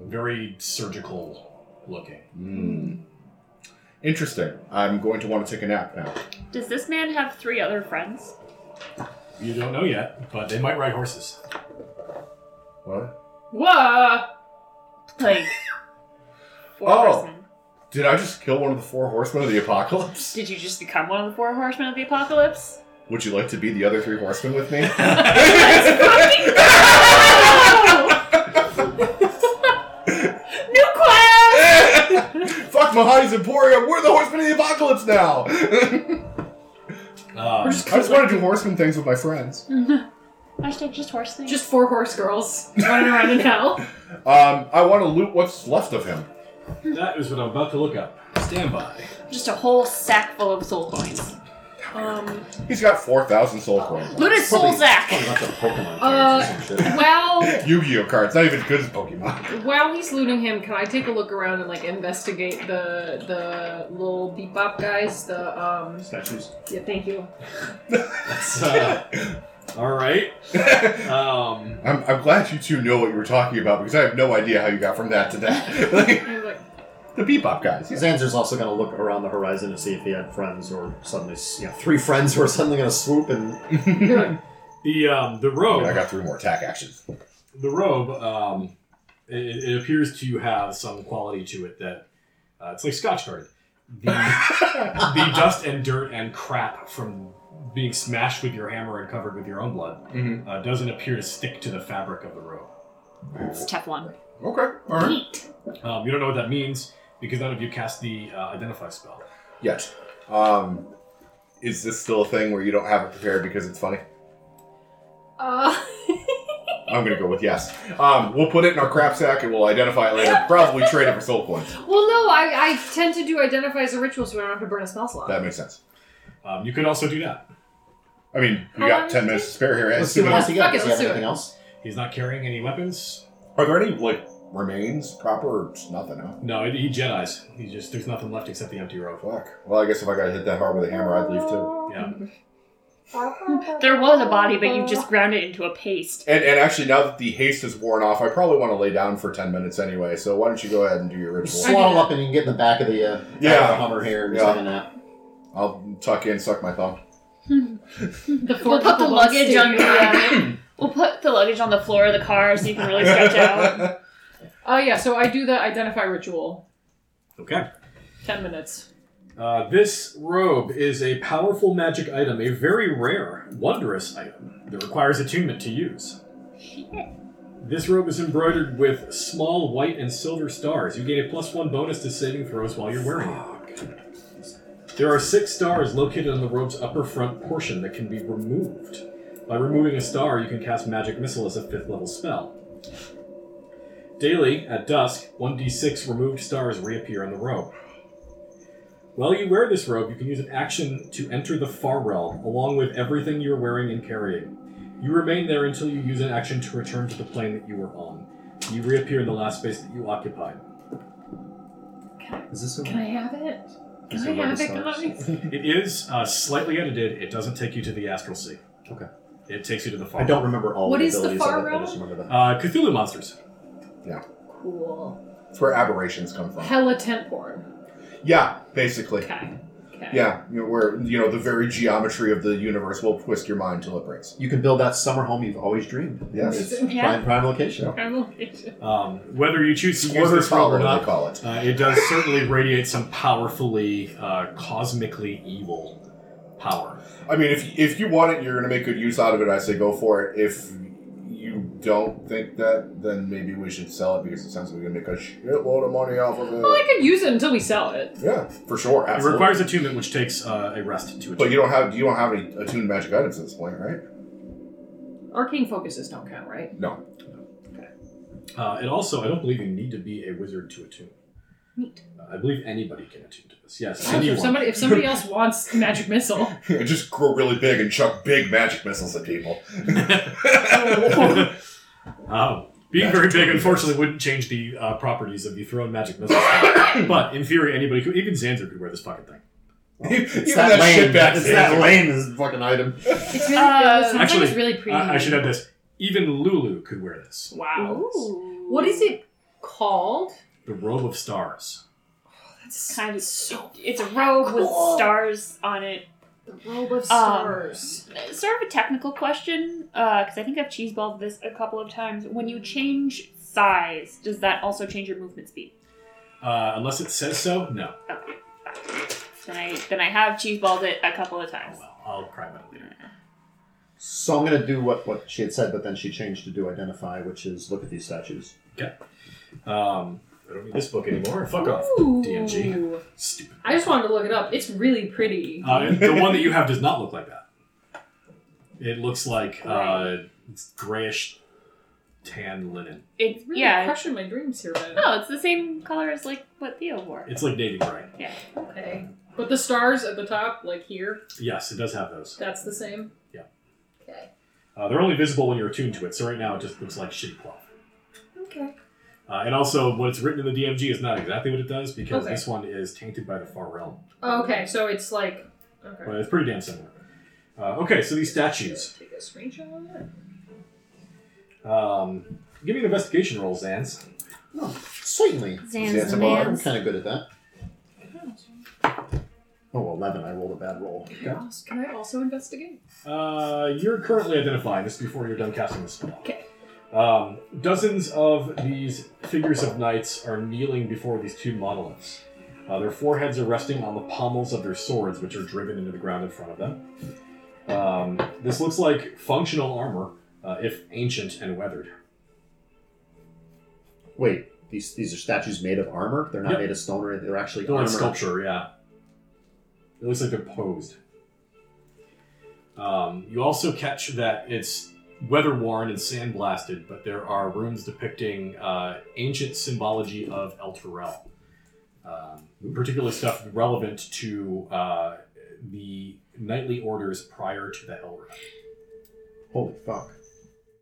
Speaker 3: very surgical looking.
Speaker 1: Mm. Interesting. I'm going to want to take a nap now.
Speaker 4: Does this man have three other friends?
Speaker 3: You don't know yet, but they might ride horses.
Speaker 1: What?
Speaker 2: Whoa!
Speaker 4: Like four
Speaker 1: Oh.
Speaker 4: horsemen.
Speaker 1: Did I just kill one of the four horsemen of the apocalypse?
Speaker 4: Did you just become one of the four horsemen of the apocalypse?
Speaker 1: Would you like to be the other three horsemen with me?
Speaker 4: Let's fucking go! New quest!
Speaker 1: Fuck Mahani's Emporium. We're the horsemen of the apocalypse now.
Speaker 3: Um,
Speaker 1: I just want to do horseman things with my friends.
Speaker 4: Hashtag just horse thing.
Speaker 2: Just four horse girls running around in hell.
Speaker 1: Um, I want to loot what's left of him.
Speaker 3: that is what I'm about to look up. Stand by.
Speaker 4: just a whole sack full of soul coins.
Speaker 2: Um,
Speaker 1: He's got four thousand soul coins.
Speaker 4: Loot his soul
Speaker 5: Probably-
Speaker 4: sack.
Speaker 5: Probably lots of Pokemon
Speaker 2: Uh,
Speaker 5: cards or some shit.
Speaker 2: while,
Speaker 1: Yu-Gi-Oh cards. Not even good as Pokemon.
Speaker 2: while he's looting him, can I take a look around and like investigate the the little beep bop guys? The um,
Speaker 5: Statues.
Speaker 2: yeah, thank you.
Speaker 3: That's, uh, all right. Um,
Speaker 1: I'm, I'm glad you two know what you were talking about because I have no idea how you got from that to that. like,
Speaker 2: I'm like,
Speaker 1: the Bebop guys. yeah.
Speaker 5: Zanzer's also going to look around the horizon to see if he had friends or suddenly, s- you know, three friends who are suddenly going to swoop and.
Speaker 2: good.
Speaker 3: the um, the
Speaker 1: I mean, "Oh, I
Speaker 3: robe
Speaker 1: got three more attack actions.
Speaker 3: the robe um, it, it appears to have some quality to it that uh, it's like scotch guard the, the dust and dirt and crap from being smashed with your hammer and covered with your own blood uh, doesn't appear to stick to the fabric of the robe
Speaker 4: It's Teflon.
Speaker 1: Okay. All right.
Speaker 4: Neat.
Speaker 3: Um, you don't know what that means because none of you cast the uh, identify spell.
Speaker 1: Yes. Um, is this still a thing where you don't have it prepared because it's funny?
Speaker 4: Uh,
Speaker 1: I'm gonna go with yes. Um, we'll put it in our crap sack and we'll identify it later. Probably trade it for soul points.
Speaker 2: Well, no, I, I tend to do identify as a ritual, so I don't have to burn a spell slot.
Speaker 1: That makes sense.
Speaker 3: Um, you could also do that.
Speaker 1: I mean, we
Speaker 4: How long
Speaker 1: got
Speaker 4: does
Speaker 1: ten
Speaker 4: it
Speaker 1: minutes
Speaker 4: take?
Speaker 1: to spare here.
Speaker 5: Let's see what
Speaker 1: Assuming-
Speaker 5: else you got.
Speaker 2: Fuck it,
Speaker 5: Does he
Speaker 2: let's do
Speaker 5: have
Speaker 2: it.
Speaker 5: anything else?
Speaker 3: He's not carrying any weapons.
Speaker 1: Are there any like remains proper or just nothing? Huh?
Speaker 3: No, he he Jedi's. He's just there's nothing left except the empty rope.
Speaker 1: Fuck. Well, I guess if I got hit that hard with a hammer, I'd leave too.
Speaker 3: Yeah.
Speaker 4: there was a body, but you just ground it into a paste.
Speaker 1: And, and actually, now that the haste is worn off, I probably want to lay down for ten minutes anyway. So why don't you go ahead and do your
Speaker 5: You
Speaker 1: ritual?
Speaker 5: Swaddle up and you can get in the back of the, uh, back of the
Speaker 1: Yeah.
Speaker 5: Hummer here and
Speaker 1: Yeah.
Speaker 5: just hang out.
Speaker 1: I'll tuck in, suck my thumb.
Speaker 2: The four
Speaker 4: We'll put the
Speaker 2: people
Speaker 4: luggage
Speaker 2: stay
Speaker 4: on.
Speaker 2: behind.
Speaker 4: Yeah, we'll put the luggage on the floor of the car so you can really stretch out.
Speaker 2: Oh yeah, so I do the identify ritual.
Speaker 3: Okay.
Speaker 2: Ten minutes.
Speaker 3: Uh, this robe is a powerful magic item, a very rare, wondrous item that requires attunement to use. This robe is embroidered with small white and silver stars. You gain a plus one bonus to saving throws while you're wearing it. There are six stars located on the robe's upper front portion that can be removed. By removing a star, you can cast Magic Missile as a fifth level spell. Daily, at dusk, 1d6 removed stars reappear on the robe. While you wear this robe, you can use an action to enter the Far Realm, along with everything you're wearing and carrying. You remain there until you use an action to return to the plane that you were on. You reappear in the last space that you occupied.
Speaker 5: Is this a
Speaker 2: Can I have it?
Speaker 5: Is
Speaker 2: Can
Speaker 5: it
Speaker 2: I
Speaker 5: one
Speaker 2: have
Speaker 5: of
Speaker 2: it,
Speaker 5: the
Speaker 2: guys?
Speaker 3: It is uh, slightly edited. It doesn't take you to the Astral Sea.
Speaker 5: Okay.
Speaker 3: It takes you to the Far
Speaker 5: I don't remember all
Speaker 2: What
Speaker 5: the
Speaker 2: is the
Speaker 5: abilities
Speaker 2: far
Speaker 5: of it. I
Speaker 2: realm?
Speaker 5: just remember that.
Speaker 3: Uh, Cthulhu monsters.
Speaker 2: Cool.
Speaker 1: It's where aberrations come from.
Speaker 2: Hella tent porn.
Speaker 1: Yeah, basically.
Speaker 2: Okay. Okay.
Speaker 1: Yeah, you know, where you know the very geometry of the universe will twist your mind till it breaks.
Speaker 5: You can build that summer home you've always dreamed.
Speaker 1: Yes.
Speaker 4: Yeah.
Speaker 5: Prime, prime location.
Speaker 4: I will fix it.
Speaker 3: Um, whether you choose to use
Speaker 1: Quarter
Speaker 3: this robe
Speaker 1: power,
Speaker 3: or
Speaker 1: they
Speaker 3: not,
Speaker 1: call it.
Speaker 3: uh, it does certainly radiate some powerfully, uh, cosmically evil power.
Speaker 1: I mean, if if you want it, you're going to make good use out of it. I say go for it. If you don't think that, then maybe we should sell it because it sounds like we're going to make a shitload of money off of
Speaker 2: Well, I
Speaker 1: it.
Speaker 2: could use it until we sell it.
Speaker 1: Yeah, for sure,
Speaker 3: It
Speaker 1: absolutely.
Speaker 3: requires attunement, which takes uh, a rest to
Speaker 1: But
Speaker 3: attune.
Speaker 1: you don't have you don't have any attuned magic items at this point, right?
Speaker 2: Arcane focuses don't count, right?
Speaker 1: No.
Speaker 3: Uh, and also, I don't believe you need to be a wizard to attune.
Speaker 2: Neat.
Speaker 3: Uh, I believe anybody can attune to this. Yes,
Speaker 2: So
Speaker 3: anyone.
Speaker 2: if somebody if somebody else wants magic missile,
Speaker 1: Just grow really big and chuck big magic missiles at people.
Speaker 3: um, being very big, unfortunately, wouldn't change the uh, properties of the thrown magic missile. but in theory, anybody could, even Xanzer could wear this fucking thing.
Speaker 1: Even
Speaker 5: It's that, lame.
Speaker 1: shitbag
Speaker 5: it's
Speaker 1: thing.
Speaker 5: that lame is fucking item.
Speaker 2: it's really
Speaker 4: Uh,
Speaker 2: it sounds like
Speaker 3: actually,
Speaker 2: it's really pretty.
Speaker 3: I, I should add this. Even Lulu could wear this.
Speaker 2: Wow. What is it called?
Speaker 3: The robe of stars.
Speaker 2: That's
Speaker 4: Kind of.
Speaker 2: so
Speaker 4: It's a robe
Speaker 2: Cool.
Speaker 4: with stars on it.
Speaker 2: the robe of stars.
Speaker 4: sort of a technical question because I think I've cheeseballed this a couple of times. When you change size, does that also change your movement speed?
Speaker 3: Uh, unless it says so, no.
Speaker 4: Okay. Then I then I have cheeseballed it a couple of
Speaker 3: Oh
Speaker 4: times.
Speaker 3: well, I'll cry about it later.
Speaker 5: So I'm gonna do what what she had said, but then she changed to do identify, which is look at these statues.
Speaker 3: Um, I don't need this book anymore. Fuck off, DMG.
Speaker 2: Ooh.
Speaker 3: Stupid.
Speaker 2: I just wanted to look it up. It's really pretty.
Speaker 3: Uh, the one that you have does not look like that. It looks like uh, it's grayish tan linen.
Speaker 4: It's
Speaker 2: really
Speaker 4: yeah.
Speaker 2: crushing my dreams here, man.
Speaker 4: No, it's the same color as like what Theo wore.
Speaker 3: It's like navy gray.
Speaker 2: Okay. But the stars at the top, like here,
Speaker 3: Yes, it does have those.
Speaker 2: that's the same.
Speaker 3: Yeah.
Speaker 2: Okay.
Speaker 3: Uh, they're only visible when you're attuned to it, so right now it just looks like shitty cloth.
Speaker 2: Okay.
Speaker 3: Uh, and also, what's written in the DMG is not exactly what it does because
Speaker 2: Okay.
Speaker 3: this one is tainted by the Far Realm.
Speaker 2: Okay, so it's like. Okay.
Speaker 3: But it's pretty damn similar. Uh, okay, so these statues.
Speaker 2: Take a screenshot of it.
Speaker 3: Um, give me an investigation roll, Zans.
Speaker 5: No, Oh, certainly.
Speaker 1: Zanzibar.
Speaker 5: I'm
Speaker 1: Zanzibar.
Speaker 5: kind of good at that. Oh, 11. I rolled a bad roll.
Speaker 3: Okay.
Speaker 2: Can I also investigate?
Speaker 3: Uh, you're currently identifying this before you're done casting the spell.
Speaker 2: Okay.
Speaker 3: Um, dozens of these figures of knights are kneeling before these two monoliths. Uh, their foreheads are resting on the pommels of their swords, which are driven into the ground in front of them. Um, this looks like functional armor, uh, if ancient and weathered.
Speaker 5: Wait, these these are statues made of armor. They're not
Speaker 3: Yep.
Speaker 5: made of stone or anything. They're actually
Speaker 3: They're
Speaker 5: armor.
Speaker 3: like sculpture, yeah. It looks like they're posed. Um, you also catch that it's weather worn and sandblasted, but there are rooms depicting uh, ancient symbology of El Terrell. Um, particular stuff relevant to uh, the knightly orders prior to the Hellrat.
Speaker 5: Holy fuck!